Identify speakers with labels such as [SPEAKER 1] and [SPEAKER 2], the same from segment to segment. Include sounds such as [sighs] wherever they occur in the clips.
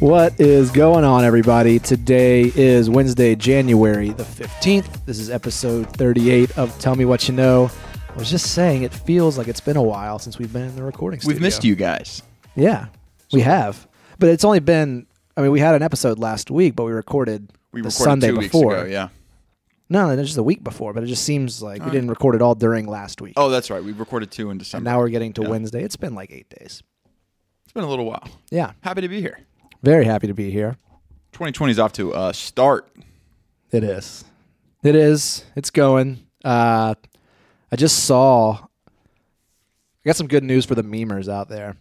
[SPEAKER 1] What is going on, everybody? Today is Wednesday, January the 15th. This is episode 38 of Tell Me What You Know. I was just saying it feels like it's been a while since we've been in the recording studio.
[SPEAKER 2] We've missed you guys.
[SPEAKER 1] Yeah, we have. But it's only been, I mean, we had an episode last week, but we recorded
[SPEAKER 2] We
[SPEAKER 1] the
[SPEAKER 2] recorded
[SPEAKER 1] Sunday
[SPEAKER 2] two
[SPEAKER 1] before.
[SPEAKER 2] weeks ago. Yeah.
[SPEAKER 1] No, no, just the week before, but it just seems like we didn't record it all during last week.
[SPEAKER 2] Oh, that's right. We recorded two in December.
[SPEAKER 1] Now we're getting to Wednesday. It's been like eight days.
[SPEAKER 2] it's been a little while.
[SPEAKER 1] Yeah,
[SPEAKER 2] Happy to be here.
[SPEAKER 1] very happy to be here.
[SPEAKER 2] 2020 is off to a start.
[SPEAKER 1] It is. It is. It's going. Uh, I just saw. I got some good news for the memers out there.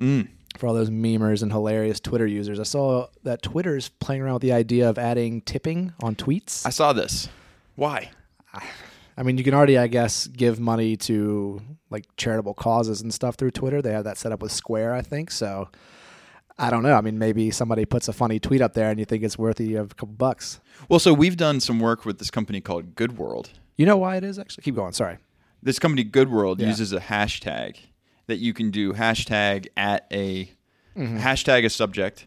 [SPEAKER 2] Mm.
[SPEAKER 1] For all those memers and hilarious Twitter users, I saw that Twitter is playing around with the idea of adding tipping on tweets.
[SPEAKER 2] I saw this. Why?
[SPEAKER 1] I mean, you can already, I guess, give money to like charitable causes and stuff through Twitter. They have that set up with Square, I think. So I don't know. I mean, maybe somebody puts a funny tweet up there and you think it's worthy of a couple bucks.
[SPEAKER 2] Well, so we've done some work with this company called Good World.
[SPEAKER 1] You know why it is actually? Keep going. Sorry.
[SPEAKER 2] This company Good World
[SPEAKER 1] Yeah.
[SPEAKER 2] uses a hashtag that you can do hashtag at a
[SPEAKER 1] Mm-hmm.
[SPEAKER 2] hashtag a subject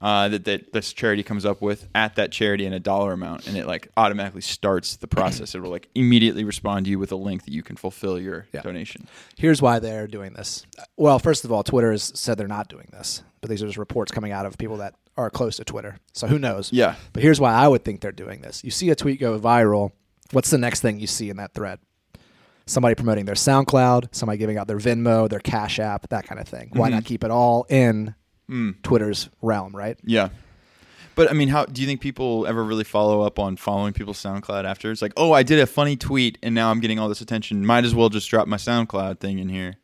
[SPEAKER 2] uh, that that this charity comes up with at that charity and a dollar amount, and it like automatically starts the process. it will like immediately respond to you with a link that you can fulfill your
[SPEAKER 1] Yeah.
[SPEAKER 2] donation.
[SPEAKER 1] Here's why they're doing this. Well, first of all, Twitter has said they're not doing this, but these are just reports coming out of people that are close to Twitter. So who knows?
[SPEAKER 2] Yeah.
[SPEAKER 1] But here's why I would think they're doing this. You see a tweet go viral. What's the next thing you see in that thread? Somebody promoting their SoundCloud, somebody giving out their Venmo, their Cash App, that kind of thing. Why
[SPEAKER 2] Mm-hmm.
[SPEAKER 1] not keep it all in
[SPEAKER 2] Mm.
[SPEAKER 1] Twitter's realm, right?
[SPEAKER 2] Yeah. But I mean, how do you think people ever really follow up on following people's SoundCloud after? It's like, oh, I did a funny tweet and now I'm getting all this attention. Might as well just drop my SoundCloud thing in here.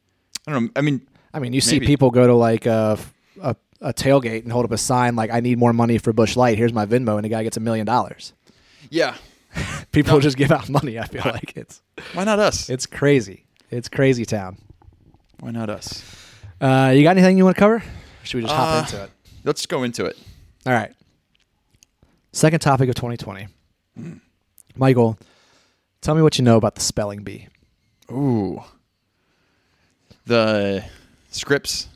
[SPEAKER 2] I don't know. I mean,
[SPEAKER 1] I mean, you see
[SPEAKER 2] Maybe.
[SPEAKER 1] people go to like a, a, a tailgate and hold up a sign like, I need more money for Bush Light. Here's my Venmo. And the guy gets a million dollars.
[SPEAKER 2] yeah.
[SPEAKER 1] People just give out money. I feel like it's.
[SPEAKER 2] Why not us?
[SPEAKER 1] It's crazy. It's crazy town.
[SPEAKER 2] Why not us?
[SPEAKER 1] Uh, you got anything you want to cover? Or should we just
[SPEAKER 2] Uh,
[SPEAKER 1] hop into it?
[SPEAKER 2] Let's go into it.
[SPEAKER 1] All right. Second topic of 2020.
[SPEAKER 2] Hmm.
[SPEAKER 1] Michael, tell me what you know about the spelling bee.
[SPEAKER 2] Ooh. The Scripps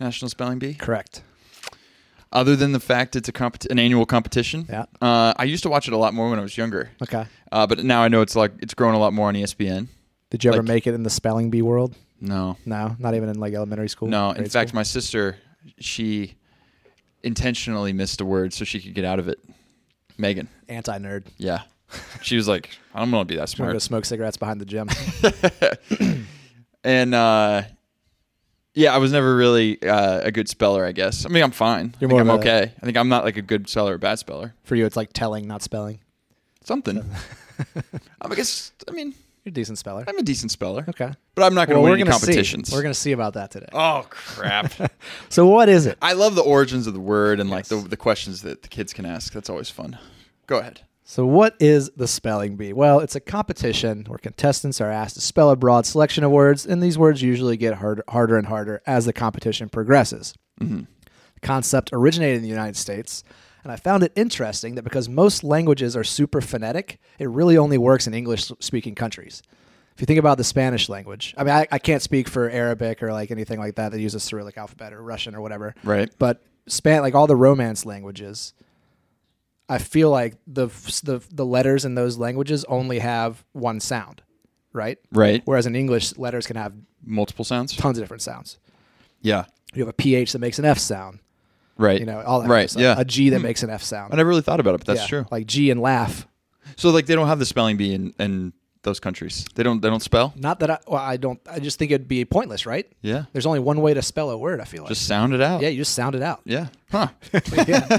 [SPEAKER 2] National Spelling Bee.
[SPEAKER 1] Correct.
[SPEAKER 2] Other than the fact it's a compet- an annual competition,
[SPEAKER 1] Yeah.
[SPEAKER 2] uh, I used to watch it a lot more when I was younger.
[SPEAKER 1] Okay.
[SPEAKER 2] Uh, but now I know it's like it's grown a lot more on E ESPN.
[SPEAKER 1] Did you ever
[SPEAKER 2] Like-
[SPEAKER 1] make it in the spelling bee world?
[SPEAKER 2] No,
[SPEAKER 1] No, not even in like elementary school.
[SPEAKER 2] No, in
[SPEAKER 1] grade
[SPEAKER 2] fact,
[SPEAKER 1] school?
[SPEAKER 2] my sister, she intentionally missed a word so she could get out of it. Megan.
[SPEAKER 1] anti-nerd.
[SPEAKER 2] [laughs] Yeah. She was like, I'm going to be that
[SPEAKER 1] I'm gonna go
[SPEAKER 2] smart.
[SPEAKER 1] smoke cigarettes behind the
[SPEAKER 2] [laughs]
[SPEAKER 1] gym.
[SPEAKER 2] And uh, yeah, I was never really uh, a good speller, I guess. I mean, I'm fine.
[SPEAKER 1] You're
[SPEAKER 2] I think
[SPEAKER 1] more
[SPEAKER 2] I'm
[SPEAKER 1] of a-
[SPEAKER 2] okay. I think I'm not like a good speller or bad speller.
[SPEAKER 1] For you, it's like telling, not spelling. [laughs]
[SPEAKER 2] Something. I guess, I mean,
[SPEAKER 1] You're a decent speller.
[SPEAKER 2] I'm a decent speller,
[SPEAKER 1] Okay.
[SPEAKER 2] but I'm not going to
[SPEAKER 1] Well, we're
[SPEAKER 2] win any
[SPEAKER 1] gonna
[SPEAKER 2] competitions.
[SPEAKER 1] see. We're gonna see about that today.
[SPEAKER 2] oh,
[SPEAKER 1] [laughs]
[SPEAKER 2] crap.
[SPEAKER 1] So what is it?
[SPEAKER 2] I love the origins of the word and like the, the questions that the kids can ask. That's always fun. Go ahead.
[SPEAKER 1] So, what is the spelling bee? Well, it's a competition where contestants are asked to spell a broad selection of words, and these words usually get hard, harder and harder as the competition progresses. The concept originated in the United States, and I found it interesting that because most languages are super phonetic, it really only works in English speaking countries. If you think about the Spanish language, I mean, I, I can't speak for Arabic or like anything like that that uses Cyrillic alphabet or Russian or whatever.
[SPEAKER 2] Right.
[SPEAKER 1] But span like all the Romance languages, I feel like the the the letters in those languages only have one sound, right?
[SPEAKER 2] Right.
[SPEAKER 1] Whereas in English, letters can have
[SPEAKER 2] Multiple sounds.
[SPEAKER 1] tons of different sounds.
[SPEAKER 2] Yeah.
[SPEAKER 1] You have a ph that makes an f sound,
[SPEAKER 2] Right.
[SPEAKER 1] you know, all that. kind of
[SPEAKER 2] Right.
[SPEAKER 1] stuff.
[SPEAKER 2] yeah.
[SPEAKER 1] A g that makes an f sound.
[SPEAKER 2] I never really thought about it, but that's
[SPEAKER 1] Yeah,
[SPEAKER 2] true.
[SPEAKER 1] Like g and laugh.
[SPEAKER 2] So like they don't have the spelling bee in, in those countries. They don't. They don't spell.
[SPEAKER 1] Not that I, well, I don't. I just think it'd be pointless, right?
[SPEAKER 2] Yeah.
[SPEAKER 1] There's only one way to spell a word. I feel like.
[SPEAKER 2] Just sound it out.
[SPEAKER 1] yeah, you just sound it out.
[SPEAKER 2] Yeah. Huh. [laughs]
[SPEAKER 1] yeah.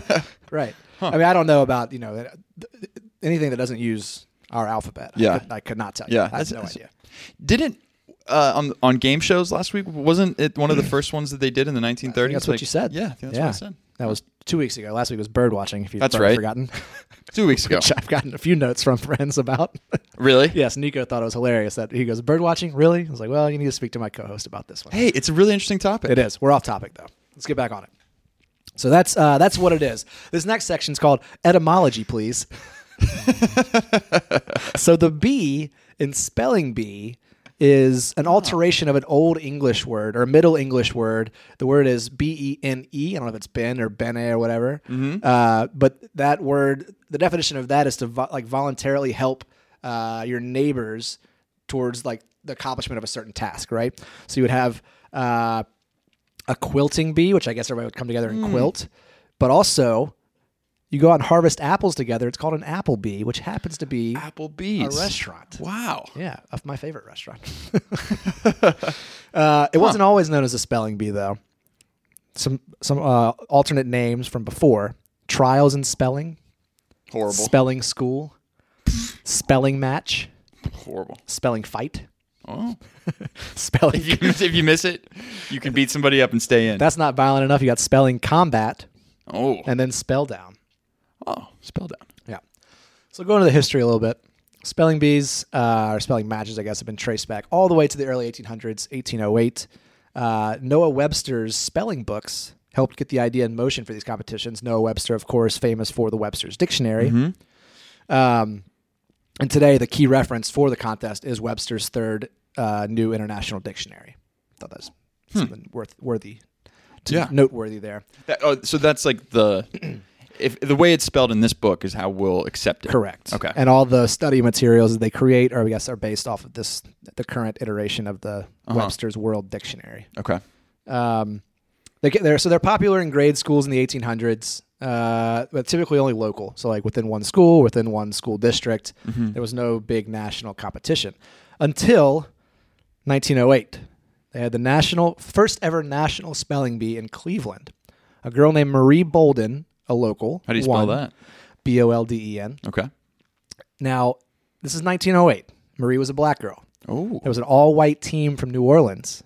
[SPEAKER 1] Right. I mean, I don't know about you know th- th- anything that doesn't use our alphabet. I
[SPEAKER 2] Yeah.
[SPEAKER 1] could- I could, not tell you.
[SPEAKER 2] Yeah.
[SPEAKER 1] I have
[SPEAKER 2] That's-
[SPEAKER 1] no
[SPEAKER 2] that's-
[SPEAKER 1] idea.
[SPEAKER 2] Didn't uh, on on game shows last week? Wasn't it one of the first ones that they did in the 1930s?
[SPEAKER 1] I think that's what
[SPEAKER 2] Like-
[SPEAKER 1] you said.
[SPEAKER 2] Yeah. I think that's what I said.
[SPEAKER 1] That was two weeks ago. Last week was bird watching. If you've
[SPEAKER 2] That's
[SPEAKER 1] already
[SPEAKER 2] right.
[SPEAKER 1] forgotten, [laughs]
[SPEAKER 2] Two weeks ago.
[SPEAKER 1] which I've gotten a few notes from friends about. [laughs]
[SPEAKER 2] really?
[SPEAKER 1] yes, Nico thought it was hilarious that he goes bird watching. Really? I was like, well, you need to speak to my co-host about this one.
[SPEAKER 2] Hey, it's a really interesting topic.
[SPEAKER 1] It is. We're off topic though. Let's get back on it. So that's uh, that's what it is. This next section is called etymology, please. [laughs] so the B in spelling bee is an alteration of an old English word or Middle English word. The word is B E N E. I don't know if it's Ben or Bene or whatever. Uh, but that word, the definition of that is to vo- like voluntarily help uh, your neighbors towards like the accomplishment of a certain task, right? So you would have. Uh, a quilting bee, which I guess everybody would come together
[SPEAKER 2] Hmm.
[SPEAKER 1] and quilt, but also you go out and harvest apples together. It's called an apple bee, which happens to be a
[SPEAKER 2] Applebee's.
[SPEAKER 1] restaurant.
[SPEAKER 2] Wow.
[SPEAKER 1] Yeah, of my favorite
[SPEAKER 2] [laughs]
[SPEAKER 1] restaurant. uh, it wasn't always known as a spelling bee, though. Some some uh, alternate names from before: trials in spelling,
[SPEAKER 2] Horrible.
[SPEAKER 1] spelling school, spelling match,
[SPEAKER 2] Horrible.
[SPEAKER 1] spelling fight, [laughs]
[SPEAKER 2] Oh. [laughs]
[SPEAKER 1] spelling.
[SPEAKER 2] If [laughs] you, if you miss it, you can beat somebody up and stay in.
[SPEAKER 1] That's not violent enough. You got spelling combat,
[SPEAKER 2] oh.
[SPEAKER 1] and then spell down.
[SPEAKER 2] Oh. Spell down.
[SPEAKER 1] Yeah. So going to the history a little bit. Spelling bees, uh, or spelling matches, I guess, have been traced back all the way to the early 1800s, 1808. Uh, Noah Webster's spelling books helped get the idea in motion for these competitions. Noah Webster, of course, famous for the Webster's Dictionary. Um, and today, the key reference for the contest is Webster's third uh, new international dictionary. thought that was something worth, worthy, to
[SPEAKER 2] Yeah.
[SPEAKER 1] noteworthy there.
[SPEAKER 2] That- oh, so that's like the [clears throat] if the way it's spelled in this book is how we'll accept it.
[SPEAKER 1] Correct.
[SPEAKER 2] Okay.
[SPEAKER 1] And all the study materials that they create are, I guess, are based off of this, the current iteration of the
[SPEAKER 2] Uh-huh.
[SPEAKER 1] Webster's World Dictionary.
[SPEAKER 2] Okay.
[SPEAKER 1] Um, they get there, so they're popular in grade schools in the 1800s, uh, but typically only local. So like within one school, within one school district,
[SPEAKER 2] Mm-hmm.
[SPEAKER 1] there was no big national competition until 1908. They had the national first ever national spelling bee in Cleveland. A girl named Marie Bolden, a local.
[SPEAKER 2] How do you spell
[SPEAKER 1] won.
[SPEAKER 2] that?
[SPEAKER 1] B O L D E N.
[SPEAKER 2] Okay.
[SPEAKER 1] Now, this is 1908. Marie was a black girl.
[SPEAKER 2] Oh.
[SPEAKER 1] It was an all white team from New Orleans,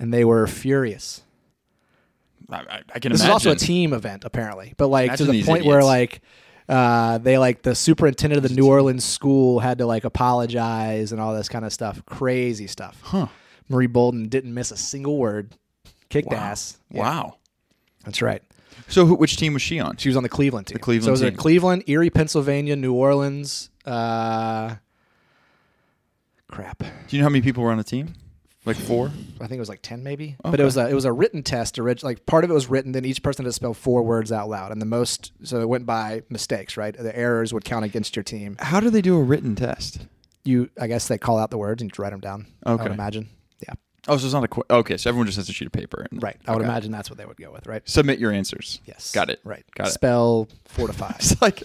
[SPEAKER 1] and they were furious.
[SPEAKER 2] I, I, I can
[SPEAKER 1] This is
[SPEAKER 2] imagine.
[SPEAKER 1] also a team event, apparently, but like to
[SPEAKER 2] Imagine
[SPEAKER 1] the
[SPEAKER 2] these
[SPEAKER 1] point where
[SPEAKER 2] idiots.
[SPEAKER 1] like uh, they like the superintendent of the New Orleans school had to like apologize and all this kind of stuff. Crazy stuff. Huh. Marie Bolden didn't miss a single word. Kicked ass.
[SPEAKER 2] Wow.
[SPEAKER 1] That's right.
[SPEAKER 2] So who, which team was she on?
[SPEAKER 1] She was on the Cleveland team. The
[SPEAKER 2] Cleveland
[SPEAKER 1] so it was a
[SPEAKER 2] team.
[SPEAKER 1] Cleveland, Erie, Pennsylvania, New Orleans. Uh, crap.
[SPEAKER 2] Do you know how many people were on the team? Like four.
[SPEAKER 1] I think it was like ten maybe. But it was a it was a written test. Orig- like part of it was written. Then each person had to spell four words out loud, and the most so it went by mistakes. Right, the errors would count against your team.
[SPEAKER 2] How do they do a written test?
[SPEAKER 1] You, I guess they call out the words and you just write them down. I would
[SPEAKER 2] Okay.
[SPEAKER 1] imagine. Yeah,
[SPEAKER 2] Oh, so it's not a qu- okay. So everyone just has a sheet of paper. And
[SPEAKER 1] right. I would
[SPEAKER 2] Okay.
[SPEAKER 1] imagine that's what they would go with. Right.
[SPEAKER 2] Submit your answers.
[SPEAKER 1] Yes.
[SPEAKER 2] Got it.
[SPEAKER 1] Right.
[SPEAKER 2] Got it.
[SPEAKER 1] Spell four to five,
[SPEAKER 2] [laughs] It's like,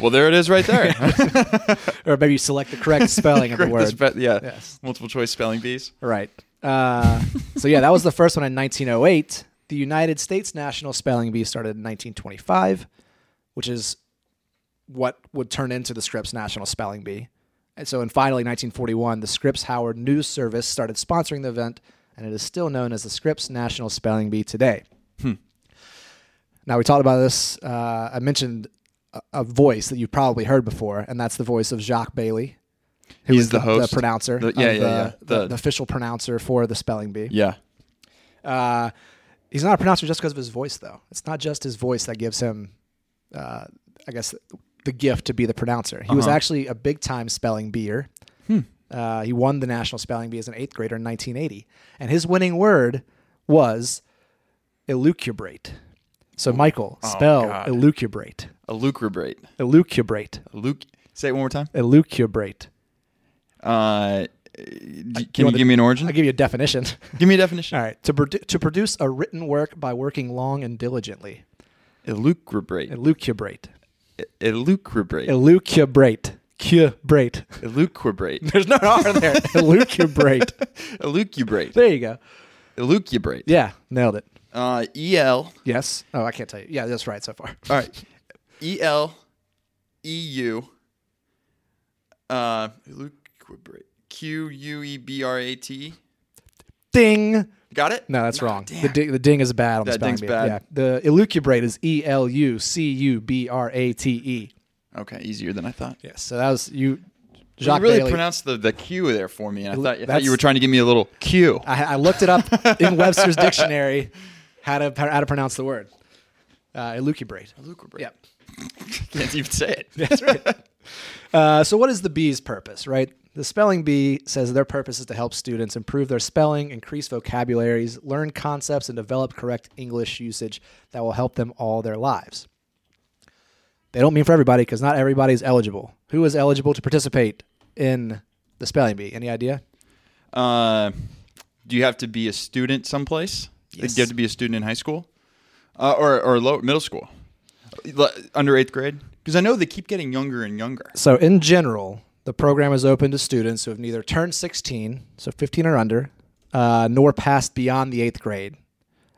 [SPEAKER 2] well, there it is, right [laughs] there.
[SPEAKER 1] [laughs] or maybe you select the [laughs] correct spelling of the
[SPEAKER 2] Correct the
[SPEAKER 1] word.
[SPEAKER 2] spe- yeah.
[SPEAKER 1] Yes.
[SPEAKER 2] Multiple choice spelling bees.
[SPEAKER 1] Right. Uh, so yeah, that was the first one in 1908. The United States National Spelling Bee started in 1925, which is what would turn into the Scripps National Spelling Bee. And so, and finally, 1941, the Scripps Howard News Service started sponsoring the event, and it is still known as the Scripps National Spelling Bee today.
[SPEAKER 2] Hmm.
[SPEAKER 1] Now we talked about this. Uh, I mentioned a, a voice that you've probably heard before, and that's the voice of Jacques Bailey, who
[SPEAKER 2] He's
[SPEAKER 1] is
[SPEAKER 2] the host.
[SPEAKER 1] pronouncer,
[SPEAKER 2] The-
[SPEAKER 1] of
[SPEAKER 2] yeah, yeah,
[SPEAKER 1] the,
[SPEAKER 2] yeah.
[SPEAKER 1] The,
[SPEAKER 2] The-
[SPEAKER 1] the official pronouncer for the spelling bee.
[SPEAKER 2] Yeah.
[SPEAKER 1] Uh, he's not a pronouncer just because of his voice, though. It's not just his voice that gives him, uh, I guess, the gift to be the pronouncer. He was
[SPEAKER 2] Uh-huh.
[SPEAKER 1] actually a big time spelling beer.
[SPEAKER 2] Hmm.
[SPEAKER 1] Uh, he won the national spelling bee as an eighth grader in 1980, and his winning word was elucubrate. So Michael, spell
[SPEAKER 2] Oh. God.
[SPEAKER 1] elucubrate,
[SPEAKER 2] A lucubrate.
[SPEAKER 1] elucubrate,
[SPEAKER 2] A luc- Say it one more time.
[SPEAKER 1] elucubrate.
[SPEAKER 2] Uh, d- can you,
[SPEAKER 1] want
[SPEAKER 2] give me an origin?
[SPEAKER 1] I'll give you a
[SPEAKER 2] [laughs]
[SPEAKER 1] definition.
[SPEAKER 2] give me a definition.
[SPEAKER 1] All right, to, produ- to produce a written work by working long and diligently,
[SPEAKER 2] Elucubrate.
[SPEAKER 1] elucubrate.
[SPEAKER 2] Elucubrate.
[SPEAKER 1] Elucubrate. Cubrate. [laughs]
[SPEAKER 2] [laughs] Elucubrate.
[SPEAKER 1] There's no R there. Elucubrate.
[SPEAKER 2] Elucubrate.
[SPEAKER 1] There you go.
[SPEAKER 2] Elucubrate.
[SPEAKER 1] Yeah, nailed it.
[SPEAKER 2] Uh, E L.
[SPEAKER 1] Yes. Oh, I can't tell you. Yeah, that's right so far.
[SPEAKER 2] All right. E L E U. Uh, elucubrate. Q U E B R A T.
[SPEAKER 1] Ding.
[SPEAKER 2] Got it?
[SPEAKER 1] No, that's wrong. The
[SPEAKER 2] damn.
[SPEAKER 1] ding, the ding is bad on the
[SPEAKER 2] That
[SPEAKER 1] spelling
[SPEAKER 2] ding's
[SPEAKER 1] bee.
[SPEAKER 2] bad.
[SPEAKER 1] Yeah. The elucubrate is E L U C U B R A T E.
[SPEAKER 2] Okay, easier than I thought.
[SPEAKER 1] Yes. So that was you,
[SPEAKER 2] You
[SPEAKER 1] Jacques
[SPEAKER 2] really
[SPEAKER 1] Bailey.
[SPEAKER 2] pronounced the, the Q there for me. And I thought, I thought
[SPEAKER 1] that's-
[SPEAKER 2] you were trying to give me a little Q.
[SPEAKER 1] I, I looked it up
[SPEAKER 2] [laughs]
[SPEAKER 1] in Webster's dictionary how to how to pronounce the word. Uh, elucubrate.
[SPEAKER 2] Elucubrate.
[SPEAKER 1] Yep.
[SPEAKER 2] Can't even say it.
[SPEAKER 1] That's right. Uh, so, what is the B's purpose, right? The spelling bee says their purpose is to help students improve their spelling, increase vocabularies, learn concepts, and develop correct English usage that will help them all their lives. They don't mean for everybody because not everybody is eligible. Who is eligible to participate in the spelling bee? Any idea?
[SPEAKER 2] Uh, do you have to be a student someplace? Like, Do you
[SPEAKER 1] Yes.
[SPEAKER 2] have to be a student in high school uh, or or low, middle school, L- under eighth grade? Because I know they keep getting younger and younger.
[SPEAKER 1] So, in general, the program is open to students who have neither turned 16, so 15 or under, uh, nor passed beyond the eighth grade,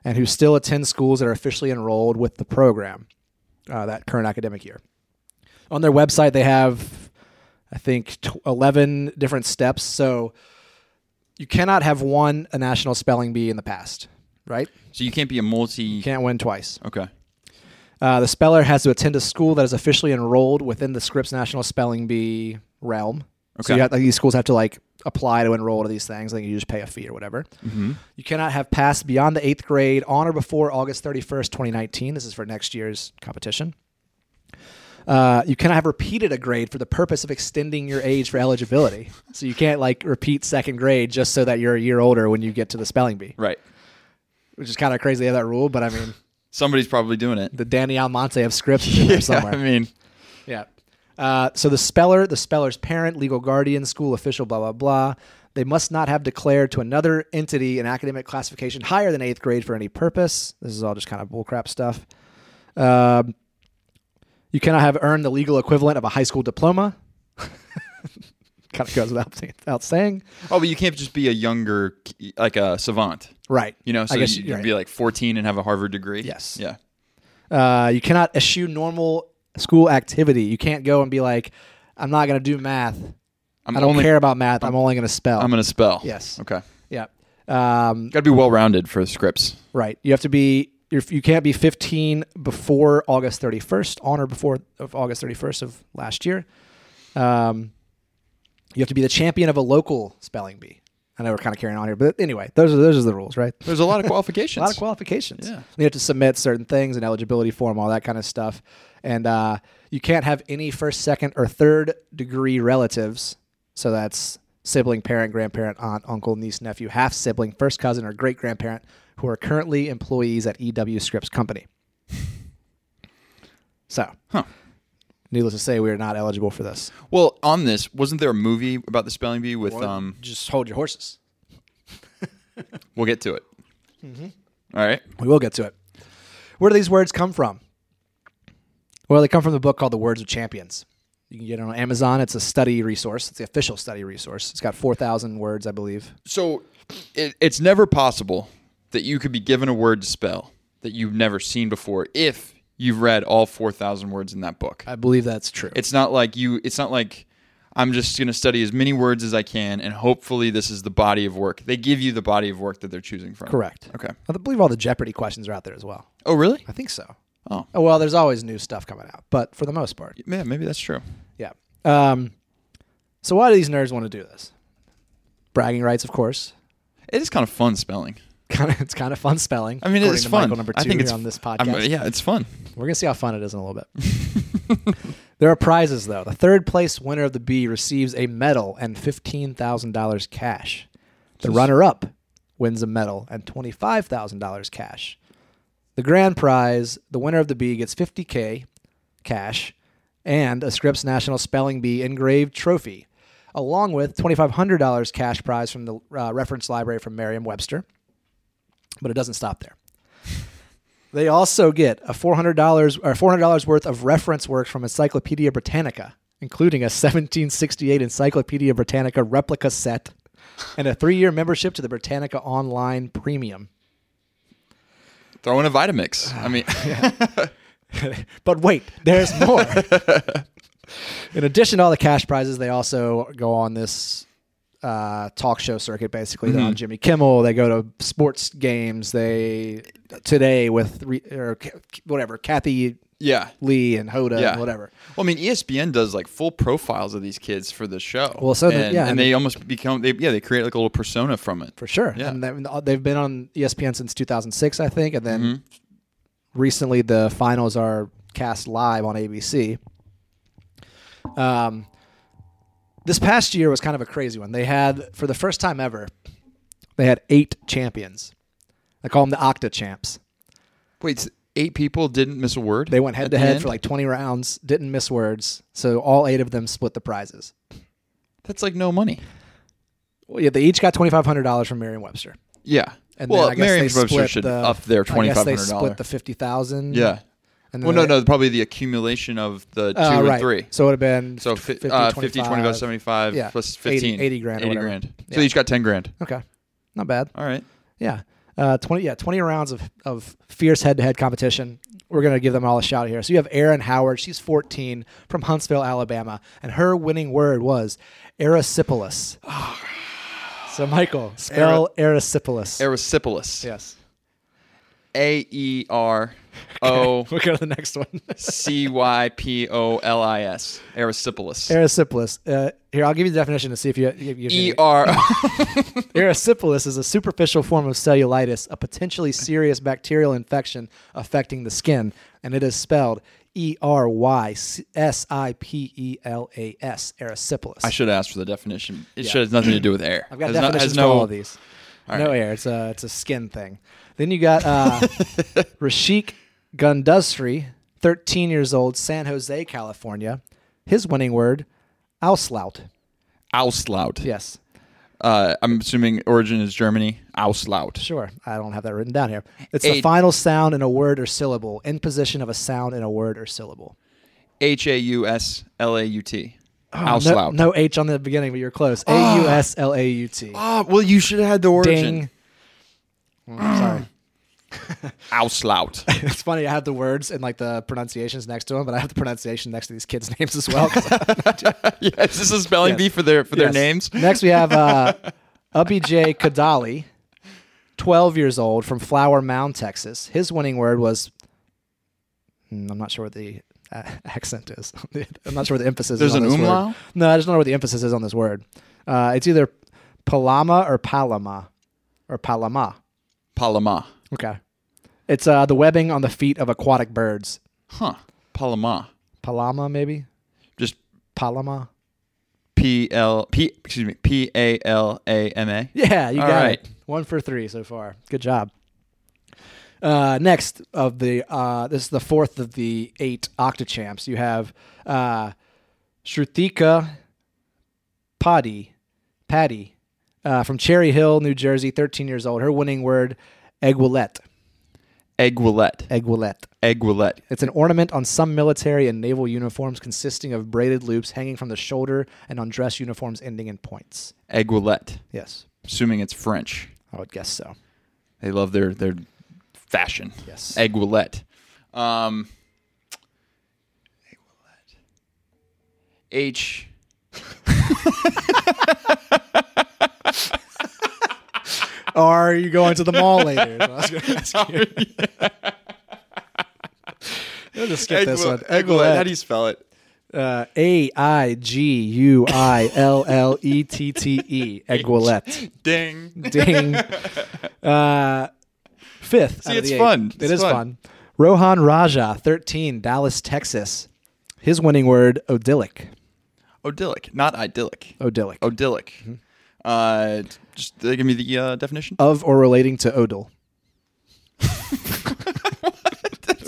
[SPEAKER 1] and who still attend schools that are officially enrolled with the program uh, that current academic year. On their website, they have, I think, tw 11 different steps. So, you cannot have won a national spelling bee in the past, right?
[SPEAKER 2] So you can't be a multi.
[SPEAKER 1] You can't win twice.
[SPEAKER 2] Okay.
[SPEAKER 1] Uh, the speller has to attend a school that is officially enrolled within the Scripps National Spelling Bee realm. So
[SPEAKER 2] Okay.
[SPEAKER 1] you have, like, these schools have to like apply to enroll to these things. Like you just pay a fee or whatever.
[SPEAKER 2] Mm-hmm.
[SPEAKER 1] You cannot have passed beyond the eighth grade on or before August thirty first, twenty nineteen. This is for next year's competition. Uh, you cannot have repeated a grade for the purpose of extending your age for eligibility. So you can't like repeat second grade just so that you're a year older when you get to the spelling bee,
[SPEAKER 2] Right.
[SPEAKER 1] which is kind of crazy to have that rule. But I mean,
[SPEAKER 2] Somebody's probably doing it.
[SPEAKER 1] the Danny Almonte of Scripps is in [laughs]
[SPEAKER 2] [laughs]
[SPEAKER 1] there somewhere.
[SPEAKER 2] I mean,
[SPEAKER 1] Yeah. Uh, so the speller, the speller's parent, legal guardian, school official, blah blah blah. They must not have declared to another entity an academic classification higher than eighth grade for any purpose. This is all just kind of bullcrap stuff. Um, you cannot have earned the legal equivalent of a high school diploma. [laughs] kind of goes without, saying- without saying,
[SPEAKER 2] oh, but you can't just be a younger, k- like a savant.
[SPEAKER 1] right?
[SPEAKER 2] You know, so
[SPEAKER 1] guess
[SPEAKER 2] you,
[SPEAKER 1] you're
[SPEAKER 2] you'd
[SPEAKER 1] right.
[SPEAKER 2] be like 14 and have a Harvard degree.
[SPEAKER 1] Yes.
[SPEAKER 2] Yeah.
[SPEAKER 1] Uh, you cannot eschew normal school activity. You can't go and be like, "I'm not going to do math.
[SPEAKER 2] I'm
[SPEAKER 1] I don't
[SPEAKER 2] only.
[SPEAKER 1] care about math. I'm, only going to spell."
[SPEAKER 2] I'm gonna spell.
[SPEAKER 1] Yes.
[SPEAKER 2] Okay.
[SPEAKER 1] yeah. Um,
[SPEAKER 2] Got to be well rounded for scripts.
[SPEAKER 1] Right. You have to be. You're, you can't be 15 before August 31st, on or before of August 31st of last year. Um, you have to be the champion of a local spelling bee. I know we're kind of carrying on here, but anyway, those are those are the rules, right?
[SPEAKER 2] There's a [laughs] lot of
[SPEAKER 1] A
[SPEAKER 2] qualifications.
[SPEAKER 1] lot of qualifications.
[SPEAKER 2] Yeah.
[SPEAKER 1] You have to submit certain things, an eligibility form, all that kind of stuff, and uh, you can't have any first, second, or third degree relatives. So that's sibling, parent, grandparent, aunt, uncle, niece, nephew, half sibling, first cousin, or great grandparent who are currently employees at EW Scripps Company. so,
[SPEAKER 2] Huh.
[SPEAKER 1] needless to say, we are not eligible for this.
[SPEAKER 2] well, on this, wasn't there a movie about the spelling bee with um?
[SPEAKER 1] Just hold your horses.
[SPEAKER 2] We'll get to it.
[SPEAKER 1] Mm-hmm.
[SPEAKER 2] All right.
[SPEAKER 1] We will get to it. Where do these words come from? Well, they come from the book called The Words of Champions. You can get it on Amazon. It's a study resource. It's the official study resource. It's got 4,000 words, I believe.
[SPEAKER 2] So, it, it's never possible that you could be given a word to spell that you've never seen before if you've read all 4,000 words in that book.
[SPEAKER 1] I believe that's true.
[SPEAKER 2] It's not like you. It's not like I'm just going to study as many words as I can, and hopefully this is the body of work. They give you the body of work that they're choosing from.
[SPEAKER 1] Correct.
[SPEAKER 2] Okay.
[SPEAKER 1] I believe all the Jeopardy questions are out there as well.
[SPEAKER 2] Oh, really?
[SPEAKER 1] I think so.
[SPEAKER 2] Oh.
[SPEAKER 1] Oh, well, there's always new stuff coming out, but for the most part,
[SPEAKER 2] Yeah, maybe that's true.
[SPEAKER 1] yeah. Um, so, why do these nerds want to do this? Bragging rights, of course. [laughs]
[SPEAKER 2] It is kind of fun spelling.
[SPEAKER 1] Kind of, it's kind of fun spelling.
[SPEAKER 2] I mean,
[SPEAKER 1] according
[SPEAKER 2] it's
[SPEAKER 1] to
[SPEAKER 2] fun.
[SPEAKER 1] Michael number 2
[SPEAKER 2] I think it's
[SPEAKER 1] here on this
[SPEAKER 2] I'm-
[SPEAKER 1] podcast.
[SPEAKER 2] yeah, it's fun.
[SPEAKER 1] We're gonna see how fun it is in a little bit. there are prizes though. The third place winner of the bee receives a medal and fifteen thousand dollars cash. The runner up wins a medal and twenty five thousand dollars cash. The grand prize, the winner of the bee gets fifty K cash and a Scripps National Spelling Bee engraved trophy, along with twenty five hundred dollars cash prize from the uh, reference library from Merriam Webster. But it doesn't stop there. They also get a four hundred dollars or four hundred dollars worth of reference works from Encyclopedia Britannica, including a seventeen sixty eight Encyclopedia Britannica replica set, and a three year membership to the Britannica Online Premium. [laughs]
[SPEAKER 2] Throw in a Vitamix.
[SPEAKER 1] [sighs]
[SPEAKER 2] I mean,
[SPEAKER 1] But wait, there's more. [laughs] in addition to all the cash prizes, they also go on this uh, talk show circuit. Basically, they're on Jimmy Kimmel. They go to sports games. They today with re, or K- whatever Kathy
[SPEAKER 2] [laughs] yeah.
[SPEAKER 1] Lee and Hoda
[SPEAKER 2] Yeah.
[SPEAKER 1] and whatever.
[SPEAKER 2] Well, I mean, E ESPN does like full profiles of these kids for the show.
[SPEAKER 1] Well, so
[SPEAKER 2] and,
[SPEAKER 1] the- yeah,
[SPEAKER 2] and
[SPEAKER 1] I
[SPEAKER 2] they
[SPEAKER 1] mean-
[SPEAKER 2] almost become they yeah they create like a little persona from it.
[SPEAKER 1] for sure.
[SPEAKER 2] Yeah.
[SPEAKER 1] And they- they've been on E ESPN since 2006, I think, and then
[SPEAKER 2] Mm-hmm.
[SPEAKER 1] recently the finals are cast live on ABC. Um, This past year was kind of a crazy one. They had, for the first time ever, they had eight champions. I call them the Octa Champs.
[SPEAKER 2] Wait, s- eight people didn't miss a word.
[SPEAKER 1] They went
[SPEAKER 2] at
[SPEAKER 1] head to
[SPEAKER 2] the
[SPEAKER 1] head
[SPEAKER 2] end?
[SPEAKER 1] for like 20 rounds, didn't miss words. So all eight of them split the prizes.
[SPEAKER 2] that's like no money.
[SPEAKER 1] Well, yeah, they each got $2,500 from Merriam-Webster.
[SPEAKER 2] Yeah.
[SPEAKER 1] And
[SPEAKER 2] well,
[SPEAKER 1] then I guess they
[SPEAKER 2] Merriam-Webster
[SPEAKER 1] split
[SPEAKER 2] should
[SPEAKER 1] the,
[SPEAKER 2] up their
[SPEAKER 1] I
[SPEAKER 2] twenty
[SPEAKER 1] guess
[SPEAKER 2] five
[SPEAKER 1] they
[SPEAKER 2] hundred
[SPEAKER 1] split
[SPEAKER 2] dollars.
[SPEAKER 1] the 50000
[SPEAKER 2] Yeah.
[SPEAKER 1] And
[SPEAKER 2] Well,
[SPEAKER 1] then
[SPEAKER 2] no,
[SPEAKER 1] they-
[SPEAKER 2] no, probably the accumulation of the two
[SPEAKER 1] Uh,
[SPEAKER 2] and
[SPEAKER 1] right.
[SPEAKER 2] three.
[SPEAKER 1] So it would have been
[SPEAKER 2] So fi-
[SPEAKER 1] 50,
[SPEAKER 2] uh,
[SPEAKER 1] 25,
[SPEAKER 2] 50, 25, 75
[SPEAKER 1] Yeah.
[SPEAKER 2] plus
[SPEAKER 1] 80
[SPEAKER 2] 15.
[SPEAKER 1] 80 grand or
[SPEAKER 2] 80
[SPEAKER 1] whatever.
[SPEAKER 2] grand. So
[SPEAKER 1] Yeah.
[SPEAKER 2] each got 10 grand.
[SPEAKER 1] Okay. Not bad.
[SPEAKER 2] All right.
[SPEAKER 1] Yeah. Uh, 20, yeah, 20 rounds of, of fierce head to head competition. We're going to give them all a shout here. So you have Erin Howard. She's 14 from Huntsville, Alabama. And her winning word was
[SPEAKER 2] [sighs]
[SPEAKER 1] erysipelas. so, Michael, spell erysipelas.
[SPEAKER 2] Erysipelas.
[SPEAKER 1] yes.
[SPEAKER 2] A E R O
[SPEAKER 1] We'll go to the next one.
[SPEAKER 2] C Y P O L
[SPEAKER 1] [laughs]
[SPEAKER 2] I S. [laughs] Erysipelas.
[SPEAKER 1] erysipelas. Uh, here, I'll give you the definition to see if you. If you
[SPEAKER 2] E R.
[SPEAKER 1] Erysipelas is a superficial form of cellulitis, a potentially serious bacterial infection affecting the skin, and it is spelled E R Y S I P E L A S. Erysipelas.
[SPEAKER 2] [laughs] I should ask for the definition. It should have nothing to do with air.
[SPEAKER 1] I've got
[SPEAKER 2] Has no- has
[SPEAKER 1] definitions
[SPEAKER 2] no-
[SPEAKER 1] for all of these. No air. It's a it's a skin thing. Then you got
[SPEAKER 2] [laughs]
[SPEAKER 1] uh, Rashik Gundusri, 13 years old, San Jose, California. His winning word, Auslaut.
[SPEAKER 2] Auslaut.
[SPEAKER 1] Yes.
[SPEAKER 2] Uh, I'm assuming origin is Germany. Auslaut.
[SPEAKER 1] Sure. I don't have that written down here. It's
[SPEAKER 2] A-
[SPEAKER 1] the final sound in a word or syllable, in position of a sound in a word or syllable.
[SPEAKER 2] H A U S L A U T.
[SPEAKER 1] Oh, No,
[SPEAKER 2] Auslaut.
[SPEAKER 1] no H on the beginning, but you're close. A U S L A U T.
[SPEAKER 2] Ah, well, you should have had the origin.
[SPEAKER 1] Ding. [laughs] Oh, Sorry.
[SPEAKER 2] Auslaut.
[SPEAKER 1] It's funny. I have the words and like the pronunciations next to them, but I have the pronunciation next to these kids' [laughs] names as well. 'cause I-
[SPEAKER 2] [laughs] yes, this is a spelling
[SPEAKER 1] Yes.
[SPEAKER 2] bee for their for their
[SPEAKER 1] Yes. [laughs]
[SPEAKER 2] names.
[SPEAKER 1] Next, we have uh, J. Kadali, 12 years old from Flower Mound, Texas. His winning word was, Hmm, I'm not sure what the uh, [laughs] accent is. I'm not sure what the emphasis
[SPEAKER 2] There's
[SPEAKER 1] is. on
[SPEAKER 2] an
[SPEAKER 1] this word.
[SPEAKER 2] umlaut?
[SPEAKER 1] No, I just don't know what the emphasis is on this word. Uh, it's either Palama or Palama or Palama.
[SPEAKER 2] Palama.
[SPEAKER 1] Okay. It's uh, the webbing on the feet of aquatic birds.
[SPEAKER 2] Huh. Palama.
[SPEAKER 1] Palama, maybe?
[SPEAKER 2] Just
[SPEAKER 1] Palama?
[SPEAKER 2] P L P excuse me, P A L A M A.
[SPEAKER 1] Yeah, you
[SPEAKER 2] All
[SPEAKER 1] got
[SPEAKER 2] right.
[SPEAKER 1] it. One for three so far. Good job. Uh, next of the uh, this is the fourth of the eight octochamps. You have uh, Shrutika Paddy, Patty uh, from Cherry Hill, New Jersey, 13 years old. Her winning word, aiguillette.
[SPEAKER 2] Aiguillette.
[SPEAKER 1] Aiguillette.
[SPEAKER 2] Aiguillette.
[SPEAKER 1] It's an ornament on some military and naval uniforms consisting of braided loops hanging from the shoulder and on dress uniforms ending in points.
[SPEAKER 2] Aiguillette.
[SPEAKER 1] Yes,
[SPEAKER 2] Assuming it's French.
[SPEAKER 1] I would guess so.
[SPEAKER 2] They love their their fashion.
[SPEAKER 1] Yes.
[SPEAKER 2] Aiguillette. Um Aiguillette. H
[SPEAKER 1] Are you going to the mall
[SPEAKER 2] [laughs]
[SPEAKER 1] later? That's what I was going to ask you. [laughs] We'll just skip this one.
[SPEAKER 2] How do you spell it?
[SPEAKER 1] Uh, A I G U I L L E T T E.
[SPEAKER 2] [laughs]
[SPEAKER 1] Aiguillette.
[SPEAKER 2] Ding.
[SPEAKER 1] Ding. Uh, fifth. out of
[SPEAKER 2] it's
[SPEAKER 1] the eight.
[SPEAKER 2] fun.
[SPEAKER 1] It
[SPEAKER 2] It's
[SPEAKER 1] is
[SPEAKER 2] fun.
[SPEAKER 1] fun. Rohan Raja, 13, Dallas, Texas. His winning word, odilic.
[SPEAKER 2] Odilic, not idyllic.
[SPEAKER 1] Odilic.
[SPEAKER 2] Odilic.
[SPEAKER 1] Mm-hmm.
[SPEAKER 2] Uh just uh, give me the uh, definition.
[SPEAKER 1] of or relating to odor.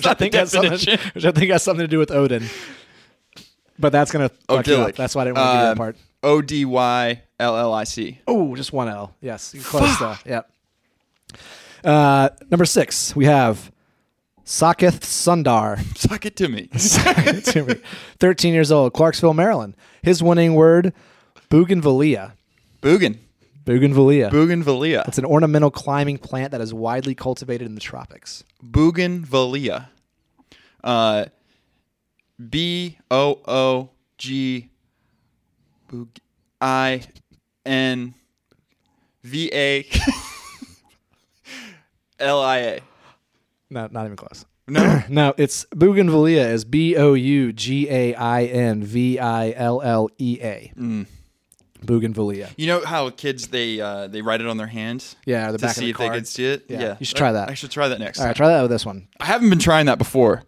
[SPEAKER 1] which, I think has something,
[SPEAKER 2] definition.
[SPEAKER 1] which I think has something to do with Odin. But that's going to fuck you
[SPEAKER 2] Odilic.
[SPEAKER 1] up. That's why I didn't want to do
[SPEAKER 2] Um,
[SPEAKER 1] that part.
[SPEAKER 2] O D Y L L I C.
[SPEAKER 1] Oh, just one L. Yes. You're close, though. Yep. Uh, number six, we have Saketh Sundar. [laughs]
[SPEAKER 2] Suck it to me.
[SPEAKER 1] Excuse me. 13 years old, Clarksville, Maryland. His winning word, bougainvillea.
[SPEAKER 2] Boogan.
[SPEAKER 1] Bougainvillea.
[SPEAKER 2] Bougainvillea.
[SPEAKER 1] it's an ornamental climbing plant that is widely cultivated in the tropics.
[SPEAKER 2] Bougainvillea. Uh, B O O G Boug- I N V A L I A.
[SPEAKER 1] No, not even close. [clears throat] [laughs]
[SPEAKER 2] No,
[SPEAKER 1] No, it's Bougainvillea is B O U G A I N V I L L E A.
[SPEAKER 2] Mm.
[SPEAKER 1] Bougainvillea.
[SPEAKER 2] you know how kids they uh, they write it on their hands.
[SPEAKER 1] Yeah, the
[SPEAKER 2] to
[SPEAKER 1] back of
[SPEAKER 2] see
[SPEAKER 1] the
[SPEAKER 2] if they
[SPEAKER 1] card.
[SPEAKER 2] can see it. Yeah,
[SPEAKER 1] Yeah, you should try that.
[SPEAKER 2] I should try that next.
[SPEAKER 1] All right, try that with this one.
[SPEAKER 2] I haven't been trying that before.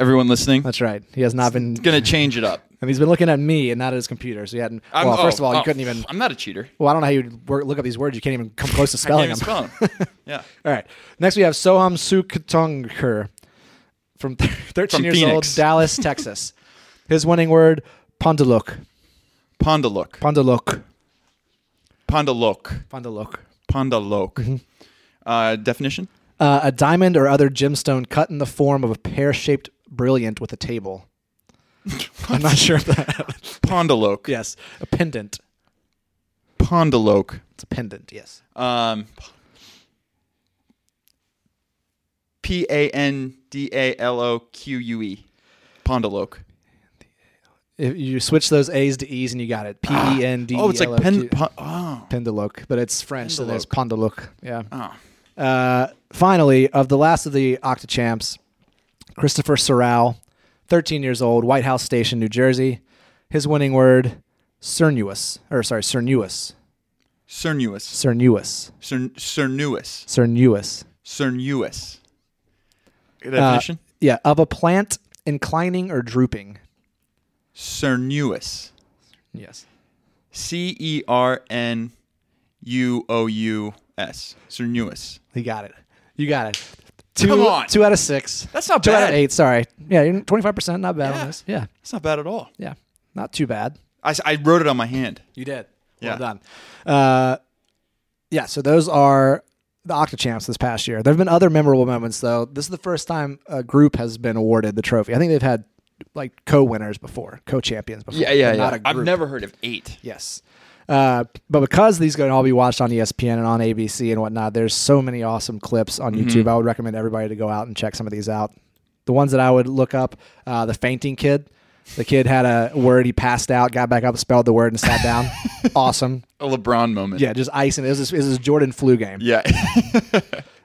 [SPEAKER 2] Everyone listening,
[SPEAKER 1] That's right. He has not been.
[SPEAKER 2] gonna change it up.
[SPEAKER 1] and he's been looking at me and not at his computer. So he hadn't.
[SPEAKER 2] I'm-
[SPEAKER 1] well, first
[SPEAKER 2] oh,
[SPEAKER 1] of all, you
[SPEAKER 2] oh,
[SPEAKER 1] couldn't even.
[SPEAKER 2] I'm not a cheater.
[SPEAKER 1] Well, I don't know how you would work, look up these words. You can't even come close to
[SPEAKER 2] [laughs] I can't
[SPEAKER 1] spelling
[SPEAKER 2] even
[SPEAKER 1] them. [laughs]
[SPEAKER 2] spell them. yeah.
[SPEAKER 1] All right. Next, we have Soham Sukatungker from [laughs] 13
[SPEAKER 2] From
[SPEAKER 1] years
[SPEAKER 2] Phoenix.
[SPEAKER 1] old, Dallas,
[SPEAKER 2] [laughs]
[SPEAKER 1] Texas. His winning word, Pondaluk.
[SPEAKER 2] Pondalook.
[SPEAKER 1] Pondaluk.
[SPEAKER 2] Pondalook.
[SPEAKER 1] Pondaluk.
[SPEAKER 2] Pondalook.
[SPEAKER 1] Mm-hmm.
[SPEAKER 2] Uh, definition?
[SPEAKER 1] Uh, a diamond or other gemstone cut in the form of a pear shaped brilliant with a table. I'm not sure if
[SPEAKER 2] [laughs]
[SPEAKER 1] that.
[SPEAKER 2] Pondalook.
[SPEAKER 1] yes. A pendant.
[SPEAKER 2] Pondalook.
[SPEAKER 1] It's a pendant, yes.
[SPEAKER 2] Um, P A N D A L O Q U E. Pondalook.
[SPEAKER 1] If you switch those A's to E's and you got it. P E N D.
[SPEAKER 2] Oh, it's like pen.
[SPEAKER 1] E L O
[SPEAKER 2] Pon- oh.
[SPEAKER 1] Q- Pendalook, but it's French, so there's Pondalook. Yeah.
[SPEAKER 2] oh.
[SPEAKER 1] Uh, finally, of the last of the Octochamps, Christopher Sorrell, 13 years old, White House Station, New Jersey. His winning word, Cernuous. Or, sorry, Cernuous.
[SPEAKER 2] Cernuous.
[SPEAKER 1] Cernuous.
[SPEAKER 2] Cern- Cernuous.
[SPEAKER 1] Cernuous.
[SPEAKER 2] Cernuous. Definition?
[SPEAKER 1] Yeah, of a plant inclining or drooping.
[SPEAKER 2] Cernuous.
[SPEAKER 1] Yes.
[SPEAKER 2] C E R N U O U S. Cernuous.
[SPEAKER 1] He got it. You got it. Two,
[SPEAKER 2] Come on.
[SPEAKER 1] Two out of six.
[SPEAKER 2] That's not
[SPEAKER 1] two out
[SPEAKER 2] bad.
[SPEAKER 1] of eight, sorry. Yeah, you're 25%, not bad
[SPEAKER 2] Yeah.
[SPEAKER 1] on this. Yeah,
[SPEAKER 2] That's not bad at all.
[SPEAKER 1] yeah. Not too bad.
[SPEAKER 2] I, s- I wrote it on my hand.
[SPEAKER 1] You did.
[SPEAKER 2] Yeah.
[SPEAKER 1] Well done. Uh, yeah, so those are the Octochamps this past year. There have been other memorable moments, though. This is the first time a group has been awarded the trophy. I think they've had like co winners before, co champions before. but Not a
[SPEAKER 2] I've
[SPEAKER 1] group.
[SPEAKER 2] never heard of eight.
[SPEAKER 1] Yes. Uh, but because these can all be watched on E ESPN and on ABC and whatnot, there's so many awesome clips on
[SPEAKER 2] Mm-hmm.
[SPEAKER 1] YouTube. I would recommend everybody to go out and check some of these out. The ones that I would look up, uh, the fainting kid. The kid had a word he passed out, got back up, spelled the word, and sat
[SPEAKER 2] [laughs]
[SPEAKER 1] down. awesome.
[SPEAKER 2] A LeBron moment.
[SPEAKER 1] Yeah, just icing. It was this, it was this Jordan flu game.
[SPEAKER 2] Yeah. [laughs]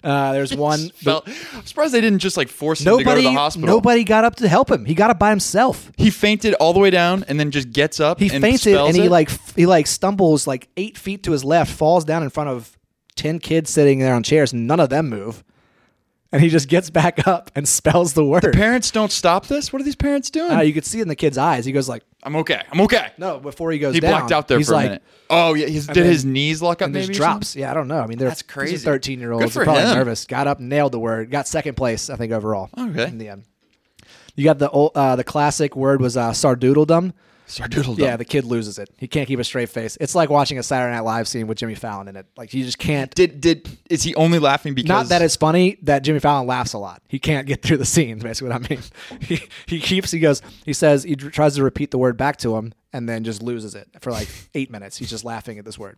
[SPEAKER 1] Uh, there's one.
[SPEAKER 2] Felt- I'm surprised they didn't just like force him to go to
[SPEAKER 1] Nobody,
[SPEAKER 2] the hospital.
[SPEAKER 1] nobody got up to help him. He got up by himself.
[SPEAKER 2] He fainted all the way down and then just gets up.
[SPEAKER 1] He
[SPEAKER 2] and
[SPEAKER 1] fainted
[SPEAKER 2] spells
[SPEAKER 1] and he
[SPEAKER 2] it.
[SPEAKER 1] like f- he like stumbles like eight feet to his left, falls down in front of ten kids sitting there on chairs. None of them move, and he just gets back up and spells the word.
[SPEAKER 2] Parents don't stop this. What are these parents doing?
[SPEAKER 1] Uh, you could see it in the kid's eyes. He goes like,
[SPEAKER 2] I'm okay. I'm okay.
[SPEAKER 1] "No!" Before he goes,
[SPEAKER 2] he
[SPEAKER 1] down,
[SPEAKER 2] blacked out there
[SPEAKER 1] he's
[SPEAKER 2] for
[SPEAKER 1] like,
[SPEAKER 2] a minute. Oh yeah. His, did his knees lock up?
[SPEAKER 1] And
[SPEAKER 2] Maybe
[SPEAKER 1] just
[SPEAKER 2] or something?
[SPEAKER 1] drops. Yeah, I don't know. I mean, they're
[SPEAKER 2] That's crazy.
[SPEAKER 1] Thirteen year
[SPEAKER 2] Good
[SPEAKER 1] olds
[SPEAKER 2] for
[SPEAKER 1] are probably
[SPEAKER 2] him.
[SPEAKER 1] nervous. Got up, nailed the word, got second place, I think overall.
[SPEAKER 2] Okay.
[SPEAKER 1] In the end, you got the old, uh, the classic word was uh, sardoodledum.
[SPEAKER 2] Sardoodle.
[SPEAKER 1] Yeah, the kid loses it. He can't keep a straight face. It's like watching a Saturday Night Live scene with Jimmy Fallon in it. Like you just can't.
[SPEAKER 2] Did did is he only laughing because
[SPEAKER 1] Not that it's funny that Jimmy Fallon laughs a lot. He can't get through the scenes. [laughs] Basically, what I mean. He he keeps. He goes. He says. He dr- tries to repeat the word back to him, and then just loses it for like eight minutes. He's just laughing at this word.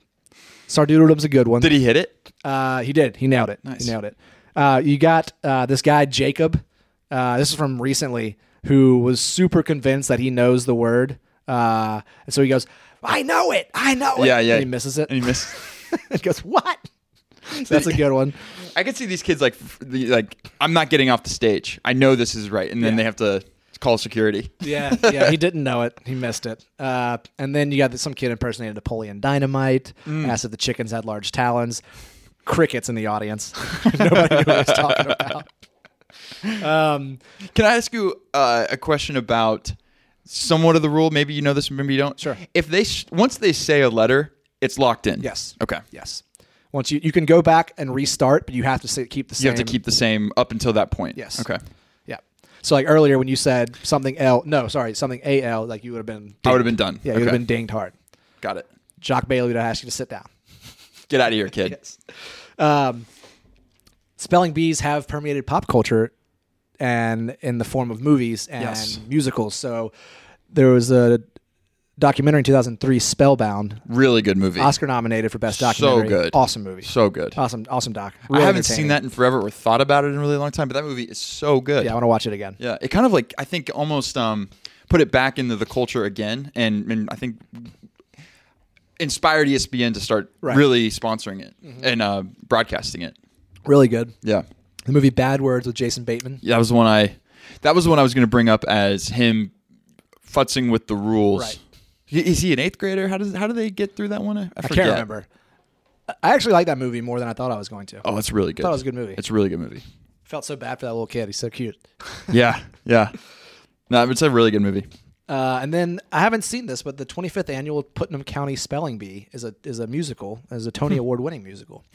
[SPEAKER 1] Sardoodledum's a good one.
[SPEAKER 2] did he hit it?
[SPEAKER 1] Uh, he did. He nailed it.
[SPEAKER 2] Nice.
[SPEAKER 1] He nailed it. Uh, you got uh, this guy Jacob. Uh, this is from recently, who was super convinced that he knows the word, uh, and so he goes, "I know it. I know it."
[SPEAKER 2] Yeah, yeah.
[SPEAKER 1] And he misses it.
[SPEAKER 2] And he missed.
[SPEAKER 1] [laughs] he goes, "What?" That's a good one.
[SPEAKER 2] [laughs] I could see these kids like f- the- like I'm not getting off the stage. I know this is right, and then
[SPEAKER 1] Yeah.
[SPEAKER 2] they have to call security. [laughs]
[SPEAKER 1] Yeah, [laughs] yeah. He didn't know it. He missed it. Uh, and then you got some kid impersonated Napoleon Dynamite.
[SPEAKER 2] Mm.
[SPEAKER 1] Asked if the chickens had large talons. Crickets in the audience. [laughs] Nobody knew what he was talking
[SPEAKER 2] [laughs]
[SPEAKER 1] about. Um,
[SPEAKER 2] Can I ask you uh, a question about somewhat of the rule? Maybe you know this, maybe you don't.
[SPEAKER 1] Sure.
[SPEAKER 2] If they s- once they say a letter, it's locked in.
[SPEAKER 1] Yes.
[SPEAKER 2] Okay.
[SPEAKER 1] Yes. Once you you can go back and restart, but you have to say, keep the
[SPEAKER 2] You
[SPEAKER 1] same.
[SPEAKER 2] have to keep the same up until that point.
[SPEAKER 1] Yes.
[SPEAKER 2] Okay.
[SPEAKER 1] Yeah. So like earlier when you said something L, no, sorry, something A L, like you would have been. Dinged.
[SPEAKER 2] I would have been done.
[SPEAKER 1] Yeah,
[SPEAKER 2] okay.
[SPEAKER 1] you would have been dinged hard.
[SPEAKER 2] Got it.
[SPEAKER 1] Jock Bailey would have asked you to sit down.
[SPEAKER 2] Get out of here, kid.
[SPEAKER 1] Um, spelling bees have permeated pop culture, and in the form of movies and
[SPEAKER 2] Yes.
[SPEAKER 1] musicals. So there was a documentary in 2003, Spellbound,
[SPEAKER 2] Really good movie.
[SPEAKER 1] Oscar nominated for best
[SPEAKER 2] So
[SPEAKER 1] documentary.
[SPEAKER 2] good.
[SPEAKER 1] Awesome movie.
[SPEAKER 2] So good.
[SPEAKER 1] Awesome, awesome doc.
[SPEAKER 2] I
[SPEAKER 1] Uh, Really
[SPEAKER 2] haven't seen
[SPEAKER 1] entertaining.
[SPEAKER 2] that in forever or thought about it in a really long time, but that movie is so good.
[SPEAKER 1] Yeah, I want to watch it again.
[SPEAKER 2] Yeah, it kind of like I think almost um, put it back into the culture again, and, and I think inspired E ESPN to start
[SPEAKER 1] Right.
[SPEAKER 2] really sponsoring it and uh, broadcasting it.
[SPEAKER 1] Really good.
[SPEAKER 2] Yeah,
[SPEAKER 1] The movie Bad Words with Jason Bateman.
[SPEAKER 2] yeah, that was the one I that was the one I was going to bring up as him futzing with the rules.
[SPEAKER 1] Right.
[SPEAKER 2] Y- Is he an eighth grader? How does how do they get through that one? I,
[SPEAKER 1] I
[SPEAKER 2] forget.
[SPEAKER 1] can't remember. I actually like that movie more than I thought I was going to.
[SPEAKER 2] Oh, it's really good.
[SPEAKER 1] Thought it was a good movie.
[SPEAKER 2] It's a really good movie.
[SPEAKER 1] Felt so bad for that little kid. He's so cute.
[SPEAKER 2] [laughs] yeah, yeah. No, it's a really good movie.
[SPEAKER 1] Uh, and then I haven't seen this, but the 25th annual Putnam County Spelling Bee is a is a musical, is a Tony Award winning musical.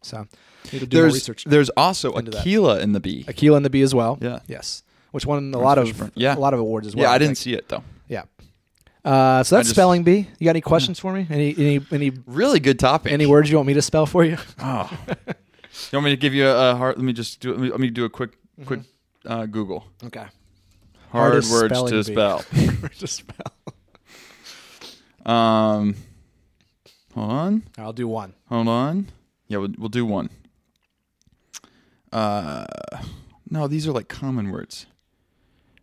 [SPEAKER 1] So need to do more
[SPEAKER 2] Hmm. There's
[SPEAKER 1] research.
[SPEAKER 2] there's also
[SPEAKER 1] that.
[SPEAKER 2] Aquila in the Bee.
[SPEAKER 1] Aquila and the Bee as well.
[SPEAKER 2] Yeah.
[SPEAKER 1] Yes. Which won a lot of
[SPEAKER 2] Fishburne. Yeah.
[SPEAKER 1] a lot of awards as well.
[SPEAKER 2] yeah, I didn't
[SPEAKER 1] think.
[SPEAKER 2] see it though.
[SPEAKER 1] Yeah. Uh, so that's
[SPEAKER 2] just- Hmm.
[SPEAKER 1] spelling bee. You got any questions for me? Any any any
[SPEAKER 2] Really good topic.
[SPEAKER 1] any words you want me to spell for you?
[SPEAKER 2] [laughs]
[SPEAKER 1] [laughs]
[SPEAKER 2] Oh. you want me to give you a, a hard? Let me just do. Let me, let me do a quick quick uh, Google
[SPEAKER 1] Okay. [laughs]
[SPEAKER 2] hard
[SPEAKER 1] Mm-hmm. Hardest
[SPEAKER 2] words
[SPEAKER 1] spelling
[SPEAKER 2] to
[SPEAKER 1] bee.
[SPEAKER 2] spell.
[SPEAKER 1] to spell.
[SPEAKER 2] um, hold on,
[SPEAKER 1] I'll do one.
[SPEAKER 2] hold on. Yeah, we'll, we'll do one. Uh, no, these are like common words.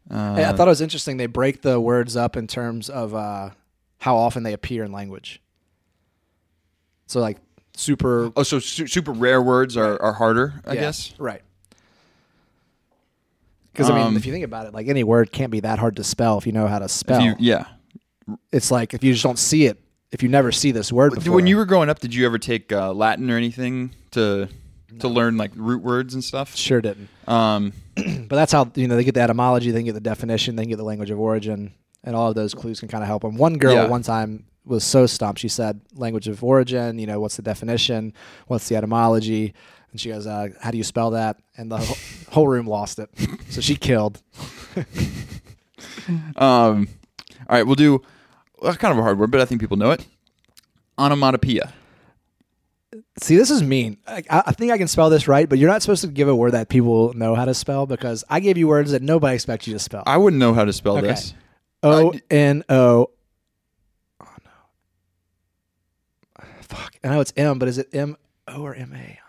[SPEAKER 2] Uh,
[SPEAKER 1] Hey, I thought it was interesting. They break the words up in terms of uh, how often they appear in language. So like super.
[SPEAKER 2] oh, so su- super rare words are, are harder, I
[SPEAKER 1] yeah,
[SPEAKER 2] guess.
[SPEAKER 1] Right. Because I mean,
[SPEAKER 2] Um,
[SPEAKER 1] if you think about it, like any word can't be that hard to spell if you know how to
[SPEAKER 2] If
[SPEAKER 1] spell.
[SPEAKER 2] you- yeah.
[SPEAKER 1] it's like if you just don't see it, if you never see this word before.
[SPEAKER 2] When you were growing up, did you ever take uh, Latin or anything to to learn like root words and stuff?
[SPEAKER 1] sure didn't.
[SPEAKER 2] Um,
[SPEAKER 1] But that's how you know they get the etymology, they can get the definition, they can get the language of origin, and all of those clues can kind of help them. One girl
[SPEAKER 2] Yeah.
[SPEAKER 1] one time was so stumped. She said, "Language of origin. You know, what's the definition? What's the etymology?" And she goes, uh, "How do you spell that?" And the whole, whole room lost it. So she killed.
[SPEAKER 2] Um, all right, we'll do well, kind of a hard word, but I think people know it. Onomatopoeia.
[SPEAKER 1] See, this is mean. I, I I think I can spell this right, but you're not supposed to give a word that people know how to spell because I gave you words that nobody expects you to spell.
[SPEAKER 2] I wouldn't know how to spell
[SPEAKER 1] Okay.
[SPEAKER 2] this.
[SPEAKER 1] O N O. Oh no. Fuck. I know it's M, but is it M O or M A?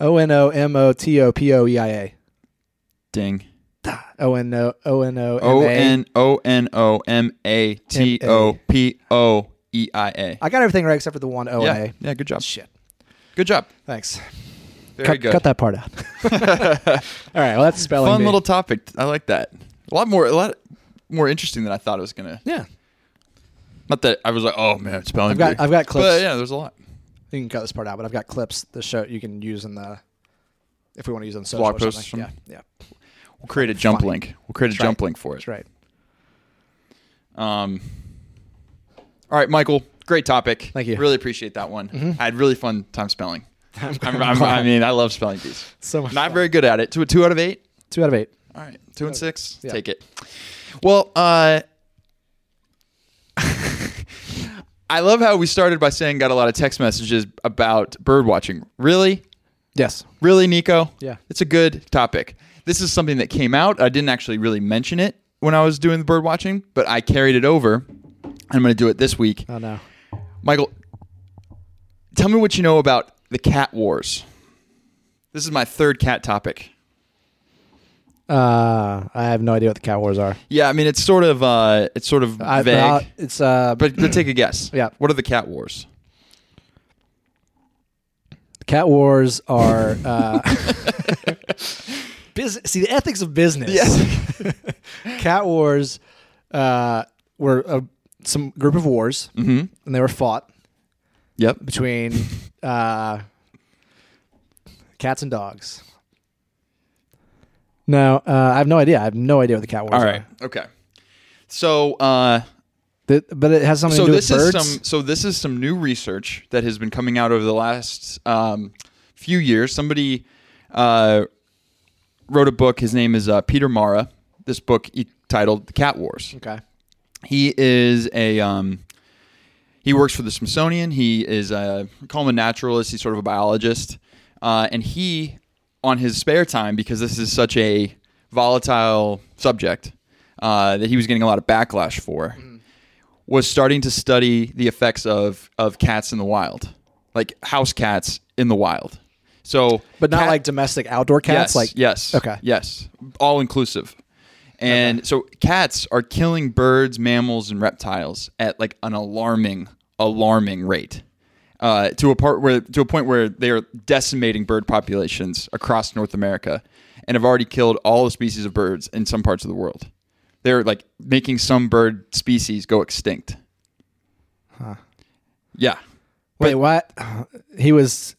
[SPEAKER 1] O N O M O T O P O E I A.
[SPEAKER 2] Ding.
[SPEAKER 1] O N O O N O
[SPEAKER 2] O
[SPEAKER 1] M A.
[SPEAKER 2] N O N O M A T O P O E I A.
[SPEAKER 1] I got everything right except for the one O N
[SPEAKER 2] Yeah,
[SPEAKER 1] A.
[SPEAKER 2] yeah, good job.
[SPEAKER 1] Shit.
[SPEAKER 2] Good job.
[SPEAKER 1] Thanks.
[SPEAKER 2] Very
[SPEAKER 1] cut,
[SPEAKER 2] good.
[SPEAKER 1] cut that part out. [laughs] All right. Well, that's spelling.
[SPEAKER 2] Fun
[SPEAKER 1] bee.
[SPEAKER 2] little topic. I like that. A lot more, a lot more interesting than I thought it was gonna.
[SPEAKER 1] Yeah.
[SPEAKER 2] Not that I was like, oh man, spelling.
[SPEAKER 1] I've got-
[SPEAKER 2] bee.
[SPEAKER 1] I've got clips.
[SPEAKER 2] But yeah, there's a lot.
[SPEAKER 1] You can cut this part out, but I've got clips the show you can use in the if we want to use it on social
[SPEAKER 2] Blog
[SPEAKER 1] or
[SPEAKER 2] posts
[SPEAKER 1] something.
[SPEAKER 2] from-
[SPEAKER 1] Yeah. Yeah.
[SPEAKER 2] We'll create a jump
[SPEAKER 1] Funny.
[SPEAKER 2] link. We'll create a
[SPEAKER 1] right.
[SPEAKER 2] jump link for it.
[SPEAKER 1] That's right.
[SPEAKER 2] Um, all right, Michael. Great topic.
[SPEAKER 1] Thank you. Mm-hmm.
[SPEAKER 2] Really appreciate that one. I had really fun
[SPEAKER 1] [laughs]
[SPEAKER 2] time spelling. I'm, I'm-
[SPEAKER 1] glad.
[SPEAKER 2] I mean, I love spelling bees.
[SPEAKER 1] So much.
[SPEAKER 2] Not very good at it. Two, two out of eight.
[SPEAKER 1] Two out of eight.
[SPEAKER 2] All right, two and six.
[SPEAKER 1] Yeah.
[SPEAKER 2] Take it. Well, uh, [laughs] I love how we started by saying got a lot of text messages about bird watching. Really,
[SPEAKER 1] Yes.
[SPEAKER 2] Really, Nico?
[SPEAKER 1] Yeah.
[SPEAKER 2] It's a good topic. This is something that came out. I didn't actually really mention it when I was doing the bird watching, but I carried it over. I'm going to do it this week.
[SPEAKER 1] Oh no.
[SPEAKER 2] Michael, tell me what you know about the cat wars. This is my third cat topic.
[SPEAKER 1] Uh, I have no idea what the Cat Wars are.
[SPEAKER 2] Yeah, I mean it's sort of uh, it's sort of
[SPEAKER 1] I,
[SPEAKER 2] vague,
[SPEAKER 1] I- it's uh,
[SPEAKER 2] but, but take a guess.
[SPEAKER 1] Yeah.
[SPEAKER 2] What are the cat wars?
[SPEAKER 1] Cat Wars are
[SPEAKER 2] [laughs]
[SPEAKER 1] uh, business. See the ethics of business. Cat Wars uh, were uh, some group of wars,
[SPEAKER 2] mm-hmm.
[SPEAKER 1] and they were fought
[SPEAKER 2] Yep.
[SPEAKER 1] between uh, cats and dogs. No, uh, I have no idea. I have no idea what the Cat Wars
[SPEAKER 2] All right.
[SPEAKER 1] are.
[SPEAKER 2] Okay. So uh,
[SPEAKER 1] Th- but it has something
[SPEAKER 2] so
[SPEAKER 1] to do
[SPEAKER 2] this
[SPEAKER 1] with birds.
[SPEAKER 2] is some so this is some new research that has been coming out over the last um, few years somebody uh, wrote a book his name is uh, peter mara this book he titled the cat wars
[SPEAKER 1] okay.
[SPEAKER 2] he is a um, he works for the Smithsonian. He is a call him a naturalist. He's sort of a biologist, uh, and he on his spare time because this is such a volatile subject uh, that he was getting a lot of backlash for,
[SPEAKER 1] Mm-hmm.
[SPEAKER 2] was starting to study the effects of of cats in the wild, like house cats in the wild. So,
[SPEAKER 1] But not
[SPEAKER 2] cat-
[SPEAKER 1] like domestic outdoor cats.
[SPEAKER 2] Yes,
[SPEAKER 1] Like
[SPEAKER 2] yes,
[SPEAKER 1] Okay.
[SPEAKER 2] yes, all inclusive. And so cats are killing birds, mammals, and reptiles at like an alarming, alarming rate. Uh, to a part where to a point where they are decimating bird populations across North America, and have already killed all the species of birds in some parts of the world. They're like making some bird species go extinct. Yeah,
[SPEAKER 1] Wait, what? He was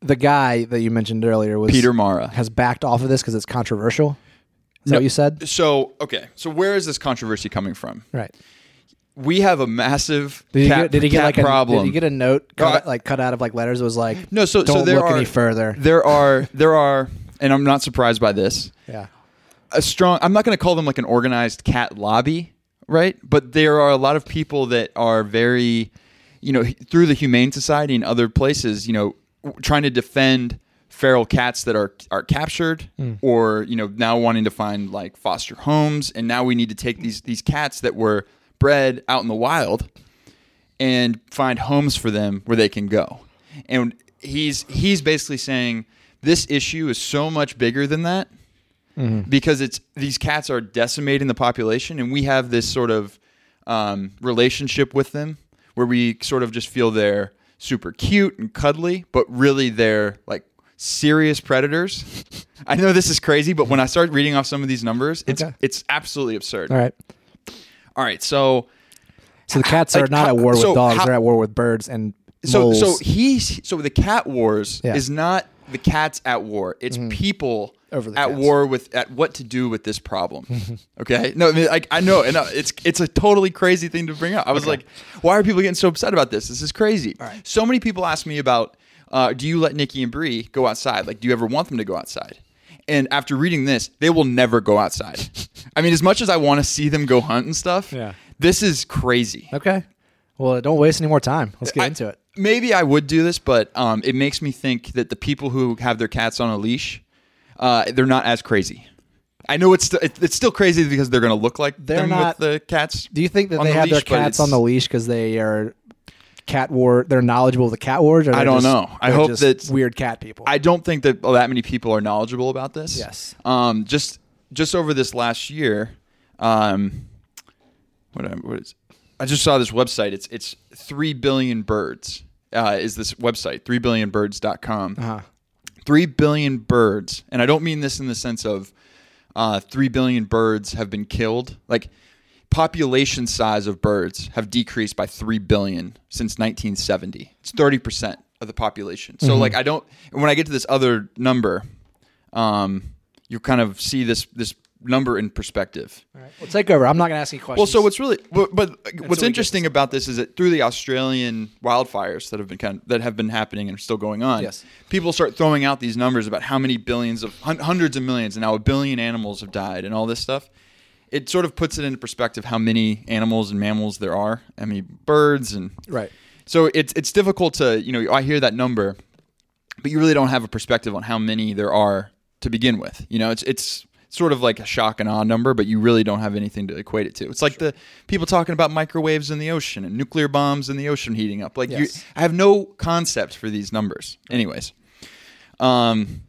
[SPEAKER 1] the guy that you mentioned earlier was
[SPEAKER 2] Peter Mara.
[SPEAKER 1] has backed off of this because it's controversial. Is that what you said?
[SPEAKER 2] So okay, so where is this controversy coming from?
[SPEAKER 1] Right.
[SPEAKER 2] We have a massive
[SPEAKER 1] Did he
[SPEAKER 2] cat,
[SPEAKER 1] get, did he get
[SPEAKER 2] cat
[SPEAKER 1] like
[SPEAKER 2] problem.
[SPEAKER 1] A, did he get a note cut,
[SPEAKER 2] I-
[SPEAKER 1] like cut out of like letters? It was like
[SPEAKER 2] no, so
[SPEAKER 1] don't
[SPEAKER 2] so there
[SPEAKER 1] look
[SPEAKER 2] are
[SPEAKER 1] any further.
[SPEAKER 2] There are there are, and I'm not surprised by this.
[SPEAKER 1] yeah.
[SPEAKER 2] a strong i'm not going to call them like an organized cat lobby right but there are a lot of people that are very you know through the humane society and other places you know w- trying to defend feral cats that are are captured
[SPEAKER 1] Hmm.
[SPEAKER 2] or you know now wanting to find like foster homes and now we need to take these these cats that were bred out in the wild and find homes for them where they can go. And he's he's basically saying this issue is so much bigger than that
[SPEAKER 1] Mm-hmm.
[SPEAKER 2] because it's these cats are decimating the population, and we have this sort of um, relationship with them where we sort of just feel they're super cute and cuddly, but really they're like serious predators. I know this is crazy, but when I start reading off some of these numbers, it's
[SPEAKER 1] Okay.
[SPEAKER 2] it's absolutely absurd.
[SPEAKER 1] All right.
[SPEAKER 2] All right so
[SPEAKER 1] So the cats
[SPEAKER 2] Like,
[SPEAKER 1] are not at
[SPEAKER 2] how-
[SPEAKER 1] war with
[SPEAKER 2] so
[SPEAKER 1] dogs;
[SPEAKER 2] how-
[SPEAKER 1] they're at war with birds and
[SPEAKER 2] so
[SPEAKER 1] moles.
[SPEAKER 2] so he so the cat wars
[SPEAKER 1] Yeah. Mm-hmm.
[SPEAKER 2] is not the cats at war it's people
[SPEAKER 1] Over the
[SPEAKER 2] at
[SPEAKER 1] cats.
[SPEAKER 2] war with at what to do with
[SPEAKER 1] [laughs]
[SPEAKER 2] this problem okay no i mean like i know and uh, it's it's a totally crazy thing to bring up i was like why are people getting so upset about this this is crazy so many people ask me about uh, do you let nikki and Bree go outside like do you ever want them to go outside and after reading this they will never
[SPEAKER 1] [laughs]
[SPEAKER 2] go outside i mean as much as i want to see them go hunt and stuff
[SPEAKER 1] Yeah.
[SPEAKER 2] this is crazy
[SPEAKER 1] okay. Well, don't waste any more time. Let's get
[SPEAKER 2] I-
[SPEAKER 1] into it.
[SPEAKER 2] Maybe I would do this, but um, it makes me think that the people who have their cats on a leash, uh, they're not as crazy. I know it's st- it- it's still crazy because they're going to look like
[SPEAKER 1] They're
[SPEAKER 2] them
[SPEAKER 1] not-
[SPEAKER 2] with the cats.
[SPEAKER 1] Do you think that
[SPEAKER 2] on
[SPEAKER 1] they
[SPEAKER 2] the
[SPEAKER 1] have
[SPEAKER 2] leash,
[SPEAKER 1] their
[SPEAKER 2] but
[SPEAKER 1] cats on
[SPEAKER 2] it's-
[SPEAKER 1] the leash because they are cat war? They're knowledgeable of the cat wars. Or they're
[SPEAKER 2] don't
[SPEAKER 1] just-
[SPEAKER 2] know. I
[SPEAKER 1] they're
[SPEAKER 2] hope
[SPEAKER 1] just
[SPEAKER 2] that's-
[SPEAKER 1] weird cat people.
[SPEAKER 2] I don't think that that many people are knowledgeable about this.
[SPEAKER 1] Yes.
[SPEAKER 2] Um, just just over this last year, um, what, I- what is? I just saw this website. It's it's three billion birds. Uh, is this website 3billionbirds.com.
[SPEAKER 1] uh-huh.
[SPEAKER 2] three billion birds, and I don't mean this in the sense of uh, three billion birds have been killed. Like population size of birds have decreased by three billion since 1970. It's thirty percent of the population.
[SPEAKER 1] Mm-hmm.
[SPEAKER 2] So like I don't. and When I get to this other number, um, you kind of see this this number in perspective.
[SPEAKER 1] All right. Well, take over. I'm not going to ask you questions.
[SPEAKER 2] Well, so what's really but, but
[SPEAKER 1] what
[SPEAKER 2] what's
[SPEAKER 1] we
[SPEAKER 2] interesting about this is that through the Australian wildfires that have been kind of, that have been happening and are still going on,
[SPEAKER 1] Yes.
[SPEAKER 2] people start throwing out these numbers about how many billions of hun- hundreds of millions and now a billion animals have died and all this stuff. It sort of puts it into perspective how many animals and mammals there are. I mean, birds and
[SPEAKER 1] right?
[SPEAKER 2] so it's it's difficult to you know I hear that number, but you really don't have a perspective on how many there are to begin with. You know, it's it's sort of like a shock and awe number, but you really don't have anything to equate it to. It's like the people talking about microwaves in the ocean and nuclear bombs in the ocean heating up. Like you,
[SPEAKER 1] Yes.
[SPEAKER 2] I have no concept for these numbers. Anyways, um,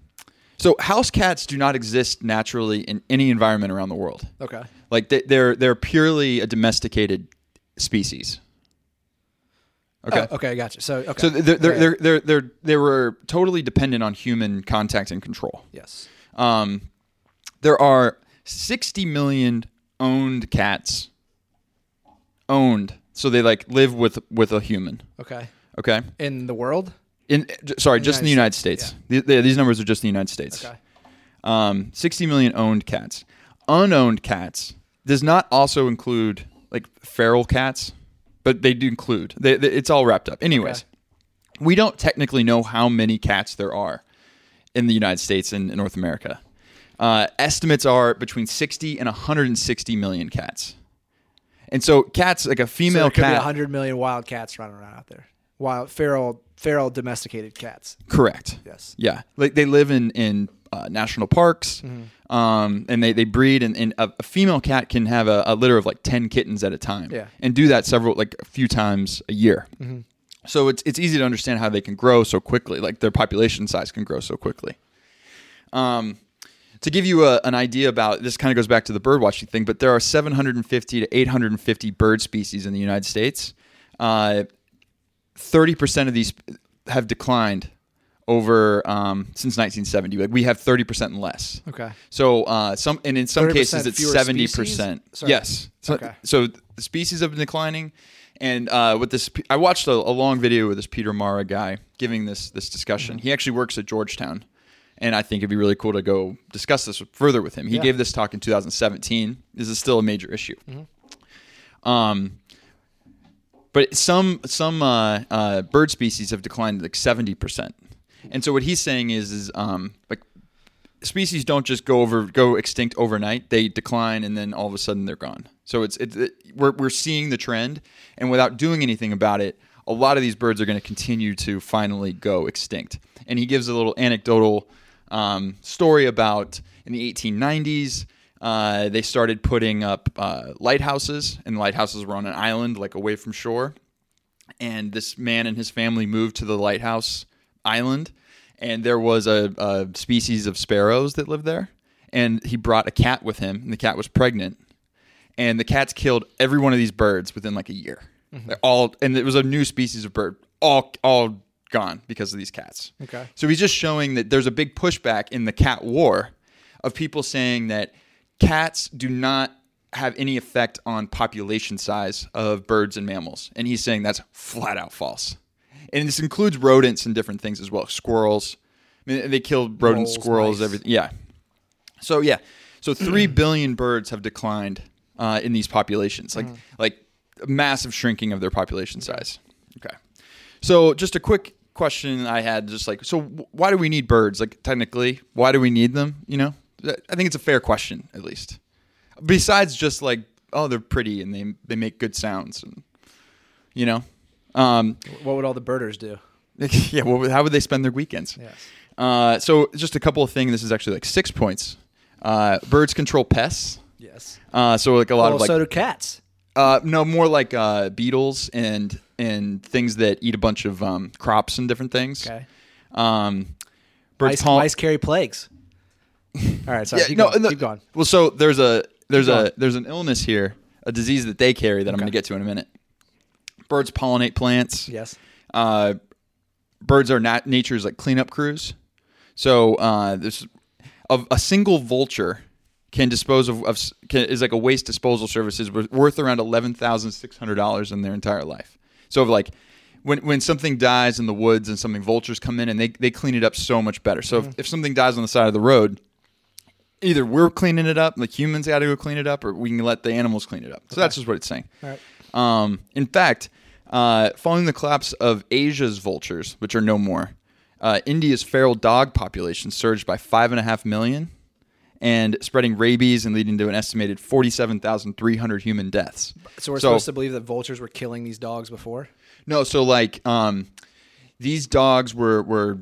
[SPEAKER 2] so house cats do not exist naturally in any environment around the world.
[SPEAKER 1] Okay.
[SPEAKER 2] Like they, they're they're purely a domesticated species. Okay.
[SPEAKER 1] Oh, okay. Gotcha. So okay.
[SPEAKER 2] So they're, they're,
[SPEAKER 1] Okay.
[SPEAKER 2] they're, they're, they're, they were totally dependent on human contact and control.
[SPEAKER 1] yes.
[SPEAKER 2] Um, there are 60 million owned cats. Owned. So they like live with, with a human.
[SPEAKER 1] Okay.
[SPEAKER 2] Okay.
[SPEAKER 1] In the world.
[SPEAKER 2] In, j- sorry, just in the United
[SPEAKER 1] United
[SPEAKER 2] States.
[SPEAKER 1] States.
[SPEAKER 2] Th- th- these numbers are just in the United States.
[SPEAKER 1] Okay.
[SPEAKER 2] Um, 60 million owned cats. Unowned cats does not also include like feral cats, but they do include. They, they- it's all wrapped up. Anyways, we don't technically know how many cats there are in the United States and in North America. Uh, estimates are between 60 and 160 million cats. And so cats, like
[SPEAKER 1] So
[SPEAKER 2] a female
[SPEAKER 1] there could be
[SPEAKER 2] cat,
[SPEAKER 1] hundred million wild cats running around out there. Wild feral feral domesticated cats.
[SPEAKER 2] Correct.
[SPEAKER 1] Yes.
[SPEAKER 2] Yeah. Like they live in in uh, national parks, um, and they they breed, and, and a, a female cat can have a, a litter of like ten kittens at a time,
[SPEAKER 1] Yeah.
[SPEAKER 2] and do that several like a few times a year. So it's it's easy to understand how they can grow so quickly, like their population size can grow so quickly. Um, to give you a, an idea about this, kind of goes back to the bird watching thing, but there are 750 to 850 bird species in the United States. Uh, 30% of these have declined over um, since 1970. Like we have 30% less.
[SPEAKER 1] Okay.
[SPEAKER 2] So uh, some and in some
[SPEAKER 1] 30%
[SPEAKER 2] cases it's
[SPEAKER 1] fewer
[SPEAKER 2] 70%.
[SPEAKER 1] species? Sorry.
[SPEAKER 2] Yes. So,
[SPEAKER 1] Okay.
[SPEAKER 2] so the species have been declining and uh, with this I
[SPEAKER 1] Mm-hmm.
[SPEAKER 2] watched a, a long video with this Peter Mara guy giving this this discussion. He actually works at Georgetown And I think it'd be really cool to go discuss this further with him. He
[SPEAKER 1] Yeah.
[SPEAKER 2] gave this talk in 2017. This is still a major issue.
[SPEAKER 1] Mm-hmm.
[SPEAKER 2] Um, but some some uh, uh, bird species have declined like seventy percent, and so what he's saying is is um, like species don't just go over go extinct overnight; they decline and then all of a sudden they're gone. So it's it's it, we're we're seeing the trend, and without doing anything about it, a lot of these birds are going to continue to finally go extinct. And he gives a little anecdotal um, story about in the 1890s. Uh, they started putting up uh, lighthouses, and lighthouses were on an island, like away from shore. And this man and his family moved to the lighthouse island, and there was a, a species of sparrows that lived there. And he brought a cat with him, and the cat was pregnant. And the cats killed every one of these birds within like a year. They're all, and it was a new species of bird, all all gone because of these cats.
[SPEAKER 1] Okay.
[SPEAKER 2] So he's just showing that there's a big pushback in the cat war of people saying that cats do not have any effect on population size of birds and mammals. And he's saying that's flat out false. And this includes rodents and different things as well, squirrels. I mean, they kill rodents,
[SPEAKER 1] Moles,
[SPEAKER 2] squirrels,
[SPEAKER 1] mice.
[SPEAKER 2] everything. Yeah. So yeah, so three billion birds have declined uh, in these populations, like like a massive shrinking of their population size. Okay, so just a quick question I had, just like so, wh- why do we need birds? Like technically, why do we need them? You know, Th- I think it's a fair question at least. Besides just like oh, they're pretty and they they make good sounds and you know, um, [laughs]
[SPEAKER 1] What would all the birders do?
[SPEAKER 2] yeah. What, would- how would they spend their weekends?
[SPEAKER 1] Yes.
[SPEAKER 2] Uh, so just a couple of things. This is actually like six points. Uh, birds control pests.
[SPEAKER 1] Yes.
[SPEAKER 2] Uh, so like a lot
[SPEAKER 1] Well,
[SPEAKER 2] of like
[SPEAKER 1] Oh, so do cats.
[SPEAKER 2] uh, no more like uh, beetles and and things that eat a bunch of um, crops and different things.
[SPEAKER 1] Okay.
[SPEAKER 2] Um, birds
[SPEAKER 1] Mice,
[SPEAKER 2] poll-
[SPEAKER 1] mice carry
[SPEAKER 2] [laughs]
[SPEAKER 1] plagues. All right, sorry.
[SPEAKER 2] Yeah,
[SPEAKER 1] keep,
[SPEAKER 2] no,
[SPEAKER 1] going.
[SPEAKER 2] no.
[SPEAKER 1] keep going.
[SPEAKER 2] Well, so there's a there's
[SPEAKER 1] Keep going.
[SPEAKER 2] a there's an illness here, a disease that they carry that I'm going to get to in a minute. Birds pollinate plants.
[SPEAKER 1] Yes.
[SPEAKER 2] uh, birds are not nature's like cleanup crews. So uh, this of a single vulture can dispose of, of can, is like a waste disposal services wor- worth around eleven thousand six hundred dollars in their entire life. So if, like when when something dies in the woods and something vultures come in and they they clean it up so much better. So if, if something dies on the side of the road. Either we're cleaning it up, like humans got to go clean it up, or we can let the animals clean it up. So that's just what it's saying.
[SPEAKER 1] All right.
[SPEAKER 2] Um, in fact, uh, following the collapse of Asia's vultures, which are no more, uh, India's feral dog population surged by five and a half million, and spreading rabies and leading to an estimated forty-seven thousand three hundred human deaths.
[SPEAKER 1] So we're supposed to believe that vultures were killing these dogs before?
[SPEAKER 2] no, so like um, these dogs were were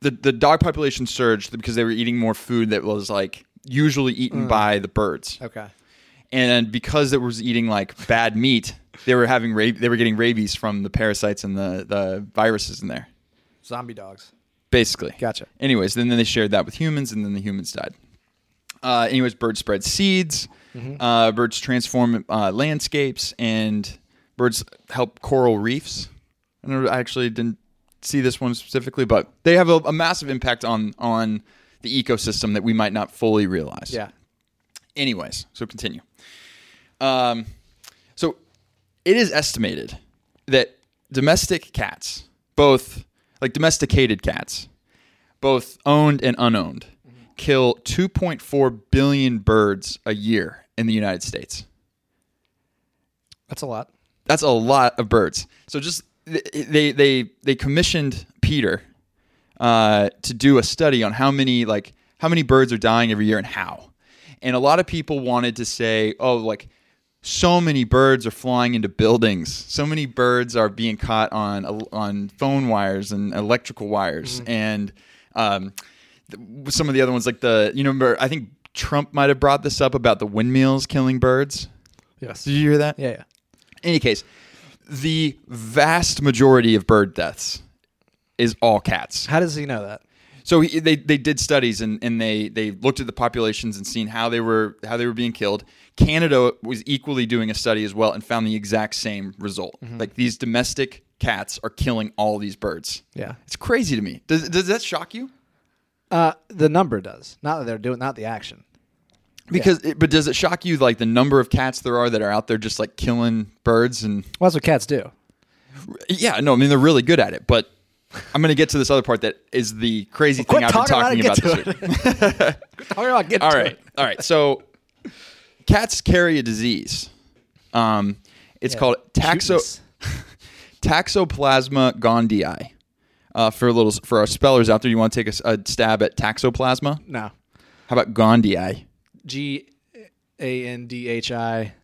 [SPEAKER 2] the the dog population surged because they were eating more food that was like usually eaten by the birds.
[SPEAKER 1] Okay.
[SPEAKER 2] and because it was eating like bad meat, they were having ra- they were getting rabies from the parasites and the the viruses in there,
[SPEAKER 1] Zombie dogs.
[SPEAKER 2] basically.
[SPEAKER 1] Gotcha.
[SPEAKER 2] Anyways, then, then they shared that with humans, and then the humans died. Uh, anyways, birds spread seeds. Uh, birds transform uh, landscapes, and birds help coral reefs. I, don't know, I actually didn't see this one specifically, but they have a, a massive impact on on the ecosystem that we might not fully realize.
[SPEAKER 1] Yeah.
[SPEAKER 2] Anyways, so continue. Um, so it is estimated that domestic cats, both like domesticated cats, both owned and unowned, kill 2.4 billion birds a year in the United States.
[SPEAKER 1] That's a lot.
[SPEAKER 2] That's a lot of birds. So just they they they commissioned Peter uh, to do a study on how many like how many birds are dying every year and how. And a lot of people wanted to say, oh, like so many birds are flying into buildings. So many birds are being caught on on phone wires and electrical wires and um, th- some of the other ones like the you know remember, I think Trump might have brought this up about the windmills killing birds.
[SPEAKER 1] Yes.
[SPEAKER 2] Did you hear that?
[SPEAKER 1] Yeah, yeah.
[SPEAKER 2] any case, the vast majority of bird deaths is all cats.
[SPEAKER 1] How does he know that?
[SPEAKER 2] So he, they they did studies and, and they they looked at the populations and seen how they were how they were being killed. Canada was equally doing a study as well and found the exact same result. Like these domestic cats are killing all these birds.
[SPEAKER 1] Yeah.
[SPEAKER 2] It's crazy to me. Does does that shock you?
[SPEAKER 1] Uh, the number does. Not that they're doing, not the action.
[SPEAKER 2] Because it, but does it shock you like the number of cats there are that are out there just like killing birds and
[SPEAKER 1] [laughs] Well, that's what cats do.
[SPEAKER 2] Yeah, no, I mean they're really good at it, but I'm going to get to this other part that is the crazy
[SPEAKER 1] Quit
[SPEAKER 2] thing I've been talking about,
[SPEAKER 1] it and
[SPEAKER 2] this
[SPEAKER 1] get
[SPEAKER 2] week.
[SPEAKER 1] to it. Quit talking about getting
[SPEAKER 2] All
[SPEAKER 1] to
[SPEAKER 2] right.
[SPEAKER 1] it.
[SPEAKER 2] All right. So cats carry a disease. Um, it's called taxo,
[SPEAKER 1] cuteness.
[SPEAKER 2] Taxoplasma gondii. Uh, for little for our spellers out there, you want to take a s- a, stab at taxoplasma?
[SPEAKER 1] No.
[SPEAKER 2] How about gondii? [laughs]
[SPEAKER 1] G A N D H I.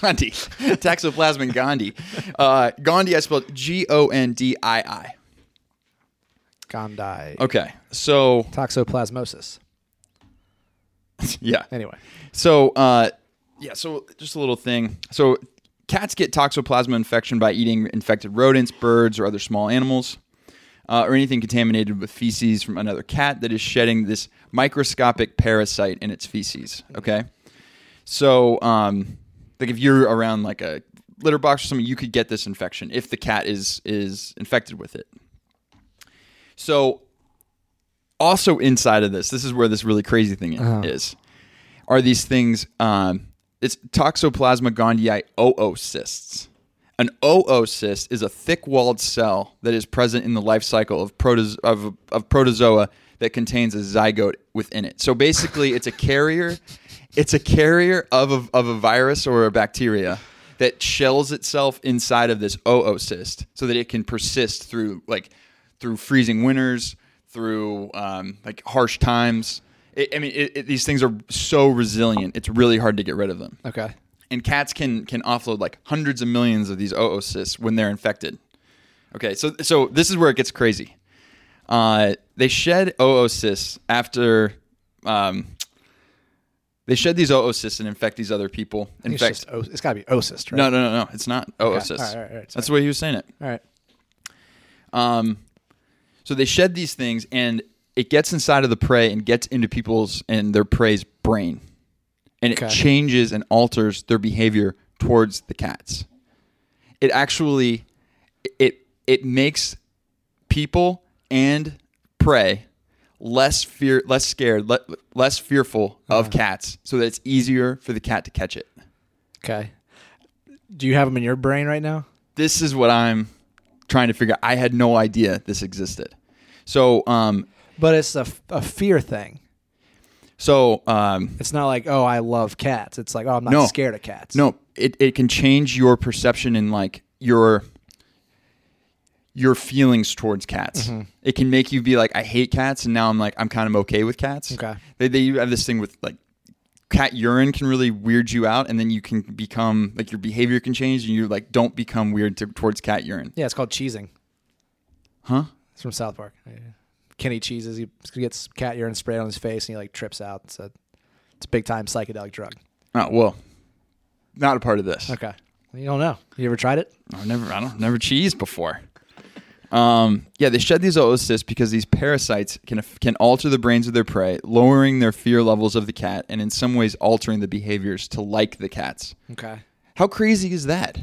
[SPEAKER 2] Gandhi. Taxoplasma and Gandhi. Uh, Gandhi, I spelled G O N D I I.
[SPEAKER 1] Gondii.
[SPEAKER 2] Okay. So,
[SPEAKER 1] Toxoplasmosis.
[SPEAKER 2] yeah.
[SPEAKER 1] Anyway.
[SPEAKER 2] So, uh, yeah, so just a little thing. So, cats get toxoplasma infection by eating infected rodents, birds, or other small animals, uh, or anything contaminated with feces from another cat that is shedding this microscopic parasite in its feces. Okay. So, um, like if you're around like a litter box or something, you could get this infection if the cat is is infected with it. So, also inside of this, this is where this really crazy thing is are these things um, it's toxoplasma gondii oocysts an oocyst is a thick-walled cell that is present in the life cycle of, protoz- of, of protozoa that contains a zygote within it so basically it's a carrier it's a carrier of a, of a virus or a bacteria that shells itself inside of this oocyst so that it can persist through like through freezing winters through um, like harsh times it, I mean, it, it, these things are so resilient; it's really hard to get rid of them.
[SPEAKER 1] Okay.
[SPEAKER 2] And cats can can offload like hundreds of millions of these oocysts when they're infected. Okay, so so this is where it gets crazy. Uh, they shed oocysts after um, they shed these oocysts and infect these other people.
[SPEAKER 1] It's
[SPEAKER 2] Infect?
[SPEAKER 1] just, o- it's got to be ocyst, right?
[SPEAKER 2] No, no, no, no. It's not oocysts.
[SPEAKER 1] all right, all right, sorry.
[SPEAKER 2] That's the way he was saying it.
[SPEAKER 1] All right.
[SPEAKER 2] Um, so they shed these things, and it gets inside of the prey and gets into people's and their prey's brain, and it
[SPEAKER 1] Okay.
[SPEAKER 2] changes and alters their behavior towards the cats. It actually, it it makes people and prey less fear, less scared, le- less fearful of cats, so that it's easier for the cat to catch it.
[SPEAKER 1] Okay. Do you have them in your brain right now?
[SPEAKER 2] this is what I'm trying to figure out. I had no idea this existed. So, um,
[SPEAKER 1] But it's a, f- a fear thing.
[SPEAKER 2] so, um,
[SPEAKER 1] It's not like, oh, I love cats. It's like, oh, I'm not
[SPEAKER 2] No.
[SPEAKER 1] scared of cats.
[SPEAKER 2] no, it, it can change your perception and like your, your feelings towards cats.
[SPEAKER 1] Mm-hmm.
[SPEAKER 2] It can make you be like, I hate cats. And now I'm like, I'm kind of okay with cats.
[SPEAKER 1] Okay.
[SPEAKER 2] They, they have this thing with like cat urine can really weird you out. And then you can become like your behavior can change and you like, don't become weird to, towards cat urine.
[SPEAKER 1] Yeah, it's called cheesing.
[SPEAKER 2] Huh?
[SPEAKER 1] It's from South Park. Yeah. Kenny cheeses. He gets cat urine sprayed on his face, and he like trips out. It's a, it's a big time psychedelic drug.
[SPEAKER 2] Oh, well, not a part of this.
[SPEAKER 1] Okay, you don't know. You ever tried it?
[SPEAKER 2] I've never, I don't, never cheesed before. Um, yeah, they shed these oocysts because these parasites can can alter the brains of their prey, lowering their fear levels of the cat, and in some ways altering the behaviors to like the cats.
[SPEAKER 1] Okay.
[SPEAKER 2] How crazy is that?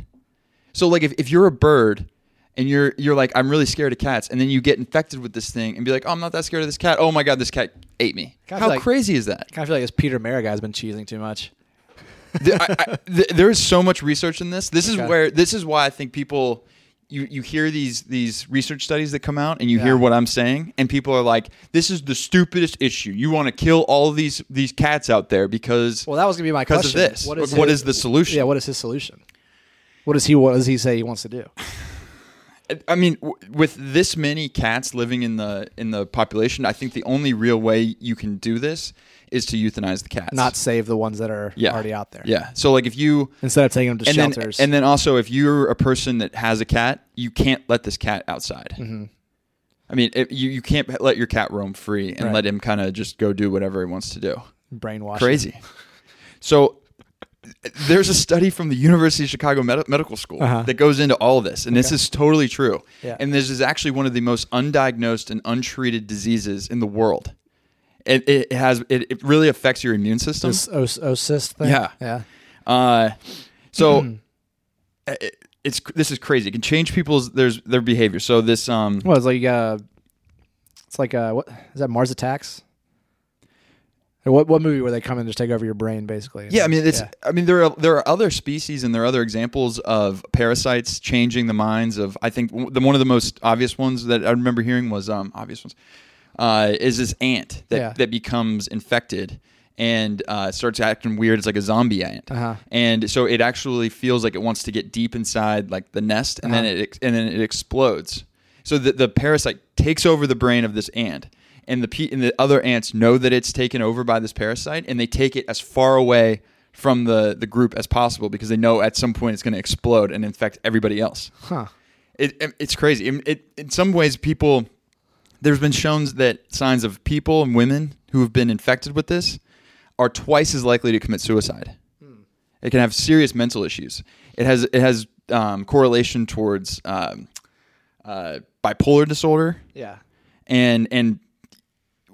[SPEAKER 2] So, like, if, if you're a bird and you're you're like, I'm really scared of cats, and then you get infected with this thing and be like, oh, I'm not that scared of this cat. Oh my god, this cat ate me.
[SPEAKER 1] Kinda
[SPEAKER 2] How
[SPEAKER 1] like-
[SPEAKER 2] crazy is that?
[SPEAKER 1] Kind of feel like this Peter Mara guy's been cheesing too much.
[SPEAKER 2] Th- I- I- th- there is so much research in this. This is
[SPEAKER 1] Okay.
[SPEAKER 2] where this is why I think people you you hear these these research studies that come out and you
[SPEAKER 1] Yeah.
[SPEAKER 2] hear what I'm saying and people are like this is the stupidest issue. You want to kill all these these cats out there because
[SPEAKER 1] Well, that was gonna be my
[SPEAKER 2] because
[SPEAKER 1] question.
[SPEAKER 2] of this. what is the solution?
[SPEAKER 1] Yeah, what is his solution? What does he? What does he say he wants to do?
[SPEAKER 2] I mean, w- with this many cats living in the in the population, I think the only real way you can do this is to euthanize the cats.
[SPEAKER 1] Not save the ones that are
[SPEAKER 2] yeah.
[SPEAKER 1] already out there.
[SPEAKER 2] Yeah. So like if you
[SPEAKER 1] Instead of taking them to
[SPEAKER 2] and
[SPEAKER 1] shelters.
[SPEAKER 2] Then, and then also, if you're a person that has a cat, you can't let this cat outside.
[SPEAKER 1] Mm-hmm.
[SPEAKER 2] I mean, it, you, you can't let your cat roam free and
[SPEAKER 1] Right.
[SPEAKER 2] let him kind of just go do whatever he wants to do.
[SPEAKER 1] brainwash. them.
[SPEAKER 2] Crazy. so there's a study from the University of Chicago Medi- Medical School
[SPEAKER 1] Uh-huh.
[SPEAKER 2] that goes into all of this, and this is totally true.
[SPEAKER 1] Yeah.
[SPEAKER 2] And this is actually one of the most undiagnosed and untreated diseases in the world. It, it has it, it really affects your immune system.
[SPEAKER 1] This os- osis thing.
[SPEAKER 2] Yeah.
[SPEAKER 1] Yeah.
[SPEAKER 2] Uh,
[SPEAKER 1] [clears throat]
[SPEAKER 2] so uh, it, it's this is crazy. It can change people's there's their behavior. So this um
[SPEAKER 1] Well, it's like uh, it's like uh, what is that? Mars attacks. And What what movie where they come and just take over your brain basically?
[SPEAKER 2] Yeah, I mean it's.
[SPEAKER 1] Yeah.
[SPEAKER 2] I mean there are there are other species and there are other examples of parasites changing the minds of. I think w- the one of the most obvious ones that I remember hearing was um obvious ones, uh, is this ant that
[SPEAKER 1] Yeah.
[SPEAKER 2] that becomes infected and uh, starts acting weird. It's like a zombie ant,
[SPEAKER 1] Uh-huh.
[SPEAKER 2] and so it actually feels like it wants to get deep inside like the nest, and then it ex- and then it explodes. So the the parasite takes over the brain of this ant. And the pe- and the other ants know that it's taken over by this parasite, and they take it as far away from the, the group as possible because they know at some point it's going to explode and infect everybody else.
[SPEAKER 1] Huh.
[SPEAKER 2] It, it- it's crazy. It, it, in some ways, people there's been shown that signs of people and women who have been infected with this are twice as likely to commit suicide.
[SPEAKER 1] Hmm.
[SPEAKER 2] It can have serious mental issues. It has it has um, correlation towards um, uh, bipolar disorder
[SPEAKER 1] Yeah.
[SPEAKER 2] and and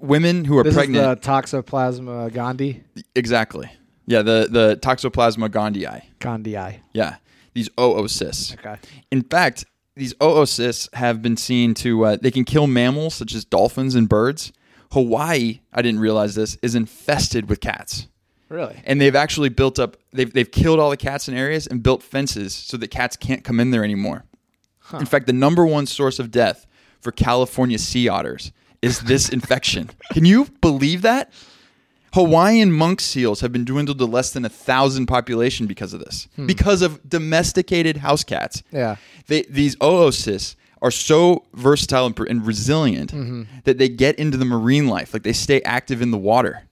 [SPEAKER 2] women who are
[SPEAKER 1] This
[SPEAKER 2] pregnant.
[SPEAKER 1] is the Toxoplasma gondii.
[SPEAKER 2] Exactly. Yeah, the the Toxoplasma gondii.
[SPEAKER 1] Gondii.
[SPEAKER 2] Yeah, these OO cysts.
[SPEAKER 1] Okay.
[SPEAKER 2] In fact, these OO cysts have been seen to uh, they can kill mammals such as dolphins and birds. Hawaii, I didn't realize this, is infested with cats.
[SPEAKER 1] Really?
[SPEAKER 2] And they've actually built up they've they've killed all the cats in areas and built fences so that cats can't come in there anymore. In fact, the number one source of death for California sea otters is this [laughs] infection. Can you believe that? Hawaiian monk seals have been dwindled to less than a thousand population because of this, because of domesticated house cats.
[SPEAKER 1] Yeah.
[SPEAKER 2] They, these oocysts are so versatile and, pr- and resilient that they get into the marine life, like they stay active in the water,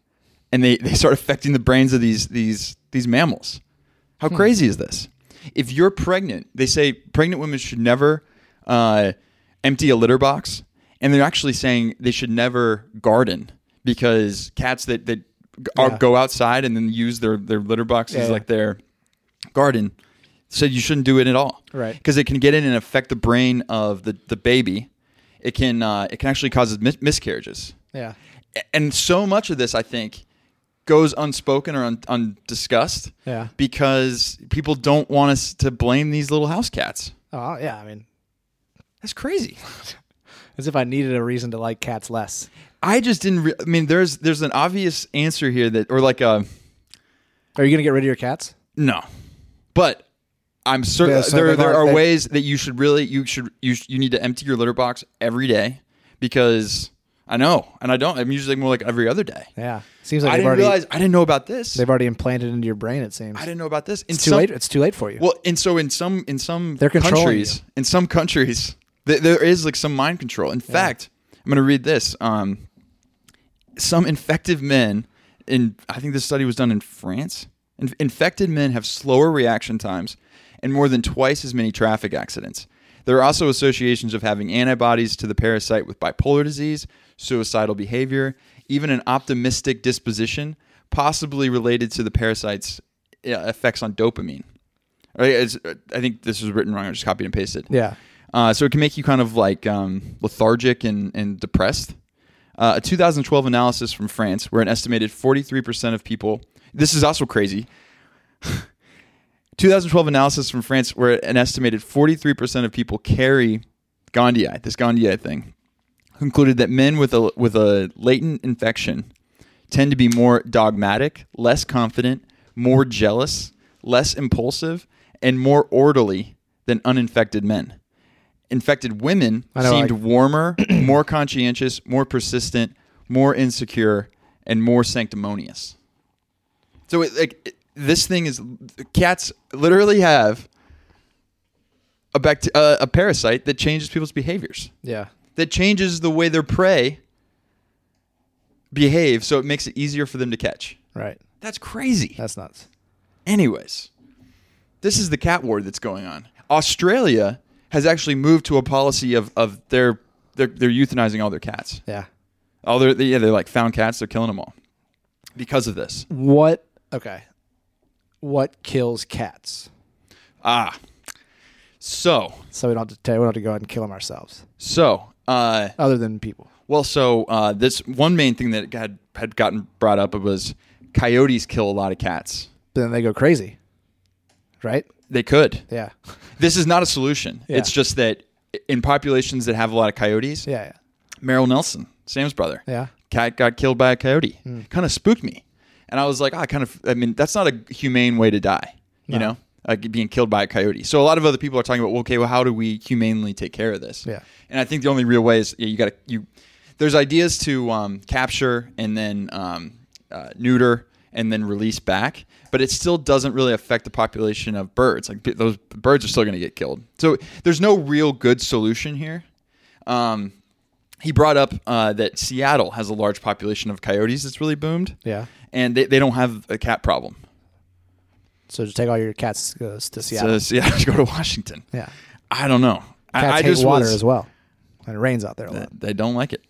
[SPEAKER 2] and they, they start affecting the brains of these these these mammals.
[SPEAKER 1] Hmm.
[SPEAKER 2] How crazy is this? If you're pregnant, they say pregnant women should never uh, empty a litter box, and they're actually saying they should never garden because cats that that g- are,
[SPEAKER 1] Yeah.
[SPEAKER 2] go outside and then use their their litter boxes
[SPEAKER 1] Yeah, yeah.
[SPEAKER 2] like their garden. So you shouldn't do it at all,
[SPEAKER 1] Right.
[SPEAKER 2] Because it can get in and affect the brain of the the baby. It can uh, it can actually cause mis- miscarriages
[SPEAKER 1] Yeah.
[SPEAKER 2] and so much of this i think goes unspoken or un- undiscussed
[SPEAKER 1] Yeah.
[SPEAKER 2] because people don't want us to blame these little house cats
[SPEAKER 1] Oh yeah. I mean,
[SPEAKER 2] that's crazy
[SPEAKER 1] as if I needed a reason to like cats less.
[SPEAKER 2] i just didn't re- i mean there's there's an obvious answer here that or like a
[SPEAKER 1] Are you gonna get rid of your cats?
[SPEAKER 2] no but i'm certain
[SPEAKER 1] Yeah, so
[SPEAKER 2] there,
[SPEAKER 1] they've
[SPEAKER 2] there
[SPEAKER 1] al-
[SPEAKER 2] are
[SPEAKER 1] they-
[SPEAKER 2] ways that you should really you should you, sh- you need to empty your litter box every day because i know and i don't i'm usually more like every other day
[SPEAKER 1] Yeah. Seems like
[SPEAKER 2] i
[SPEAKER 1] they've
[SPEAKER 2] didn't
[SPEAKER 1] already
[SPEAKER 2] realize i didn't know about this
[SPEAKER 1] they've already implanted into your brain. It seems.
[SPEAKER 2] i didn't know about this In
[SPEAKER 1] It's too
[SPEAKER 2] some-
[SPEAKER 1] late. It's too late for you.
[SPEAKER 2] Well, and so in some in some
[SPEAKER 1] They're controlling
[SPEAKER 2] countries, in some countries, th- there is like some mind control. In fact, I'm going to read this. Um, some infected men, in I think this study was done in France. In- infected men have slower reaction times and more than twice as many traffic accidents. There are also associations of having antibodies to the parasite with bipolar disease, suicidal behavior, even an optimistic disposition, possibly related to the parasite's uh, effects on dopamine. Right, it's- I think this was written wrong. I just copied and pasted.
[SPEAKER 1] yeah.
[SPEAKER 2] Uh, so it can make you kind of like um, lethargic and, and depressed. Uh, a 2012 analysis from France, where an estimated 43% of people, this is also crazy. [laughs] 2012 analysis from France, where an estimated 43% of people carry Gondii, this Gondii thing, concluded that men with a, with a latent infection tend to be more dogmatic, less confident, more jealous, less impulsive, and more orderly than uninfected men. Infected women
[SPEAKER 1] I know,
[SPEAKER 2] seemed
[SPEAKER 1] I- [clears throat]
[SPEAKER 2] warmer, more conscientious, more persistent, more insecure, and more sanctimonious. So it, like it- this thing is cats literally have a bact- uh, a parasite that changes people's behaviors
[SPEAKER 1] Yeah.
[SPEAKER 2] that changes the way their prey behave so it makes it easier for them to catch.
[SPEAKER 1] Right.
[SPEAKER 2] That's crazy.
[SPEAKER 1] That's nuts.
[SPEAKER 2] Anyways, this is the cat war that's going on. Australia has actually moved to a policy of, of their, they're, they're euthanizing all their cats.
[SPEAKER 1] Yeah.
[SPEAKER 2] All their, yeah, they're like found cats, they're killing them all because of this.
[SPEAKER 1] What? Okay. What kills cats?
[SPEAKER 2] Ah. So,
[SPEAKER 1] So we don't have to. Tell, we don't have to go out and kill them ourselves.
[SPEAKER 2] so, uh,
[SPEAKER 1] Other than people.
[SPEAKER 2] Well, so uh, this one main thing that had had gotten brought up was coyotes kill a lot of cats.
[SPEAKER 1] But then they go crazy. Right.
[SPEAKER 2] They could.
[SPEAKER 1] Yeah. [laughs]
[SPEAKER 2] This is not a solution.
[SPEAKER 1] Yeah.
[SPEAKER 2] It's just that in populations that have a lot of coyotes,
[SPEAKER 1] Yeah.
[SPEAKER 2] Merrill Nelson, Sam's brother,
[SPEAKER 1] Yeah. Hmm.
[SPEAKER 2] cat got killed by a coyote. Kind of spooked me, and I was like, "Ah, I kind of. I mean, that's not a humane way to die. You
[SPEAKER 1] No.
[SPEAKER 2] know, like being killed by a coyote. So a lot of other people are talking about, well, okay, well, how do we humanely take care of this?
[SPEAKER 1] Yeah.
[SPEAKER 2] And I think the only real way is yeah, you got to you. There's ideas to um, capture and then um, uh, neuter and then release back, but it still doesn't really affect the population of birds. Like b- those birds are still going to get killed. So there's no real good solution here. Um, he brought up uh, that Seattle has a large population of coyotes that's really boomed,
[SPEAKER 1] Yeah.
[SPEAKER 2] and they, they don't have a cat problem.
[SPEAKER 1] So just take all your cats uh, to
[SPEAKER 2] Yeah.
[SPEAKER 1] Seattle.
[SPEAKER 2] So Seattle go to Washington.
[SPEAKER 1] yeah.
[SPEAKER 2] I don't know. I,
[SPEAKER 1] Cats
[SPEAKER 2] I
[SPEAKER 1] hate
[SPEAKER 2] just
[SPEAKER 1] water
[SPEAKER 2] was,
[SPEAKER 1] as well, and it rains out there a lot.
[SPEAKER 2] they don't like it.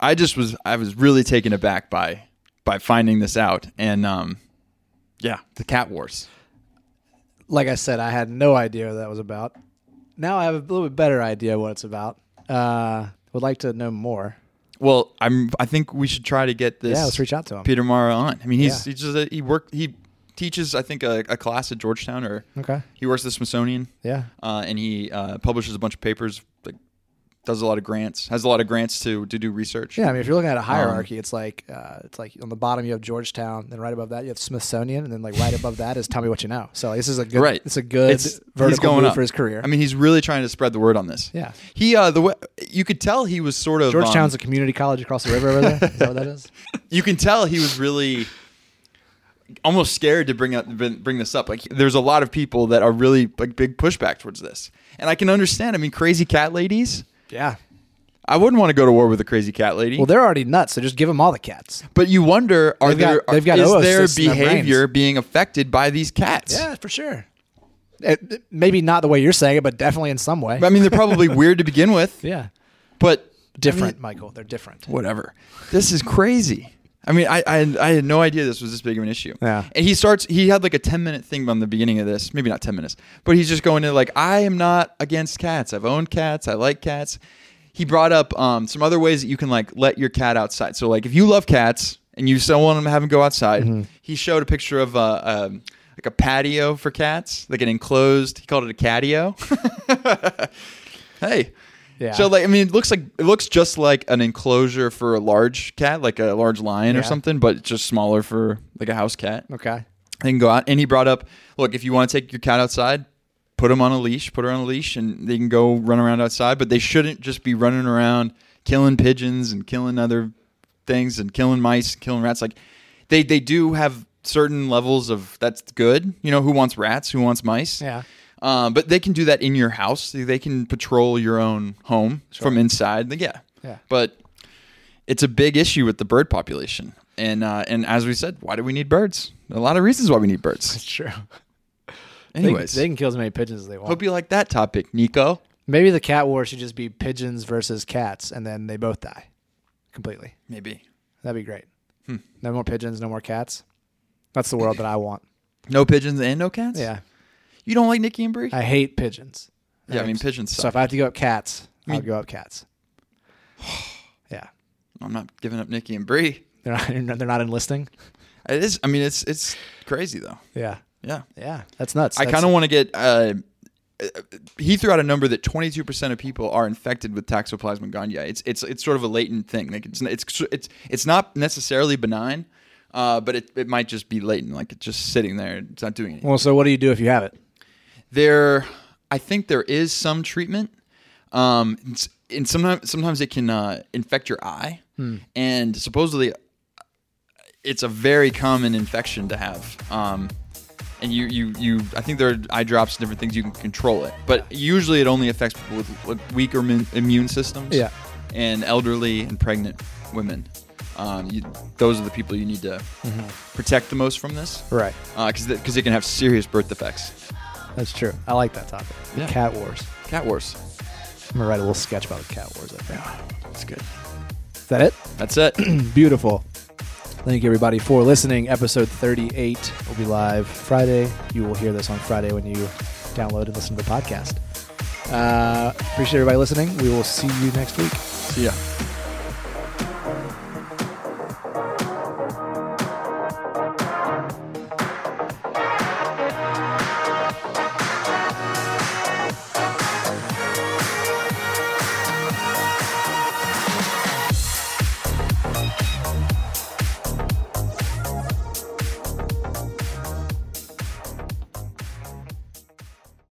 [SPEAKER 2] I just was I was really taken aback by by finding this out and um yeah, the cat wars.
[SPEAKER 1] Like I said, I had no idea what that was about. Now I have a little bit better idea what it's about. Uh, would like to know more.
[SPEAKER 2] Well, I'm I think we should try to get this
[SPEAKER 1] Yeah, let's reach out to him.
[SPEAKER 2] Peter Mara on. I mean, he's
[SPEAKER 1] Yeah.
[SPEAKER 2] he's just a, he worked he teaches I think a, a class at Georgetown or
[SPEAKER 1] Okay.
[SPEAKER 2] he works at the Smithsonian.
[SPEAKER 1] Yeah.
[SPEAKER 2] uh, and he uh, publishes a bunch of papers. Like, does a lot of grants. Has a lot of grants to to do research.
[SPEAKER 1] Yeah, I mean, if you're
[SPEAKER 2] Um,
[SPEAKER 1] looking at a hierarchy, it's like uh, it's like on the bottom you have Georgetown, then right above that you have Smithsonian, and then like right above that is tell me what you know. So like, this is a good,
[SPEAKER 2] Right.
[SPEAKER 1] It's a good
[SPEAKER 2] It's-
[SPEAKER 1] vertical
[SPEAKER 2] he's going
[SPEAKER 1] move
[SPEAKER 2] up.
[SPEAKER 1] for his career.
[SPEAKER 2] I mean, he's really trying to spread the word on this.
[SPEAKER 1] Yeah.
[SPEAKER 2] He uh the way you could tell he was sort of
[SPEAKER 1] Georgetown's a
[SPEAKER 2] um,
[SPEAKER 1] community college across the river over there. Is that what that
[SPEAKER 2] [laughs]
[SPEAKER 1] is?
[SPEAKER 2] you can tell he was really almost scared to bring up bring bring this up. Like there's a lot of people that are really like big pushback towards this. And I can understand. I mean, crazy cat ladies.
[SPEAKER 1] Yeah.
[SPEAKER 2] I wouldn't want to go to war with a crazy cat lady.
[SPEAKER 1] Well, they're already nuts, so just give them all the cats.
[SPEAKER 2] but you wonder are
[SPEAKER 1] They've got-
[SPEAKER 2] there
[SPEAKER 1] they've got
[SPEAKER 2] is
[SPEAKER 1] oocysts in
[SPEAKER 2] their
[SPEAKER 1] their brains.
[SPEAKER 2] behavior being affected by these cats?
[SPEAKER 1] Yeah, for sure. It- it- Eh, maybe not the way you're saying it, but definitely in some way.
[SPEAKER 2] I mean,
[SPEAKER 1] [laughs]
[SPEAKER 2] they're probably weird to begin with,
[SPEAKER 1] yeah.
[SPEAKER 2] but
[SPEAKER 1] Different,
[SPEAKER 2] I mean,
[SPEAKER 1] Michael. They're different.
[SPEAKER 2] whatever. This is crazy. I mean, I, I I had no idea this was this big of an issue.
[SPEAKER 1] Yeah.
[SPEAKER 2] And he starts. He had like a ten minute thing on the beginning of this. Maybe not ten minutes, but he's just going into like, I am not against cats. I've owned cats. I like cats. He brought up um, some other ways that you can like let your cat outside. So like, if you love cats and you still want them to have them go outside, he showed a picture of uh, um, like a patio for cats, like an enclosed. He called it a catio. [laughs] hey,
[SPEAKER 1] Yeah.
[SPEAKER 2] so like I mean, it looks like it looks just like an enclosure for a large cat, like a large lion or
[SPEAKER 1] Yeah.
[SPEAKER 2] something, but just smaller for like a house cat.
[SPEAKER 1] Okay.
[SPEAKER 2] They can go out. And he brought up, look, if you want to take your cat outside, put them on a leash, put her on a leash, and they can go run around outside. But they shouldn't just be running around killing pigeons and killing other things and killing mice, and killing rats. Like they they do have certain levels of that's good. You know, who wants rats? Who wants mice?
[SPEAKER 1] Yeah.
[SPEAKER 2] Um, but they can do that in your house. They can patrol your own home from inside. Like, Yeah.
[SPEAKER 1] Yeah.
[SPEAKER 2] But it's a big issue with the bird population. And uh, and as we said, why do we need birds? A lot of reasons why we need birds.
[SPEAKER 1] It's true.
[SPEAKER 2] Anyways,
[SPEAKER 1] they, can kill as many pigeons as they want.
[SPEAKER 2] hope you like that topic, Nico.
[SPEAKER 1] Maybe the cat war should just be pigeons versus cats, and then they both die completely.
[SPEAKER 2] Maybe.
[SPEAKER 1] That'd be great.
[SPEAKER 2] Hmm.
[SPEAKER 1] No more pigeons, no more cats. That's the world that I
[SPEAKER 2] [laughs]
[SPEAKER 1] want.
[SPEAKER 2] No pigeons and no cats?
[SPEAKER 1] Yeah.
[SPEAKER 2] You don't like Nikki and Brie?
[SPEAKER 1] I hate pigeons.
[SPEAKER 2] yeah, I mean, pigeons
[SPEAKER 1] So
[SPEAKER 2] suck.
[SPEAKER 1] if I have to go up cats, I will
[SPEAKER 2] mean-
[SPEAKER 1] go up cats. [sighs] Yeah.
[SPEAKER 2] I'm not giving up Nikki and Brie.
[SPEAKER 1] They're not, [laughs] they're not enlisting.
[SPEAKER 2] It is, I mean, it's it's crazy, though.
[SPEAKER 1] Yeah.
[SPEAKER 2] Yeah.
[SPEAKER 1] Yeah. That's nuts.
[SPEAKER 2] I
[SPEAKER 1] That's-
[SPEAKER 2] kind of want to get. Uh, uh, he threw out a number that 22% of people are infected with Toxoplasma gondii. It's it's it's sort of a latent thing. Like it's it's it's it's not necessarily benign, uh, but it, it might just be latent. Like it's just sitting there. It's not doing anything.
[SPEAKER 1] Well, so what do you do if you have it?
[SPEAKER 2] There, I think there is some treatment. Um, and, s- and sometimes sometimes it can uh, infect your eye,
[SPEAKER 1] Hmm.
[SPEAKER 2] and supposedly it's a very common infection to have. Um, and you, you, you, I think there are eye drops and different things you can control it. But usually it only affects people with, with weaker immune- immune systems.
[SPEAKER 1] Yeah.
[SPEAKER 2] And elderly and pregnant women. Um, you, those are the people you need to protect the most from this.
[SPEAKER 1] Mm-hmm. Right.
[SPEAKER 2] Because it can have serious birth defects.
[SPEAKER 1] That's true. I like that topic.
[SPEAKER 2] Yeah.
[SPEAKER 1] Cat wars.
[SPEAKER 2] Cat wars.
[SPEAKER 1] I'm going to write a little sketch about the cat wars, I think.
[SPEAKER 2] That's good.
[SPEAKER 1] Is that it?
[SPEAKER 2] That's it.
[SPEAKER 1] [clears throat]
[SPEAKER 2] [clears throat]
[SPEAKER 1] Beautiful. Thank you, everybody, for listening. Episode 38 will be live Friday. You will hear this on Friday when you download and listen to the podcast. Uh, appreciate everybody listening. We will see you next week.
[SPEAKER 2] See ya.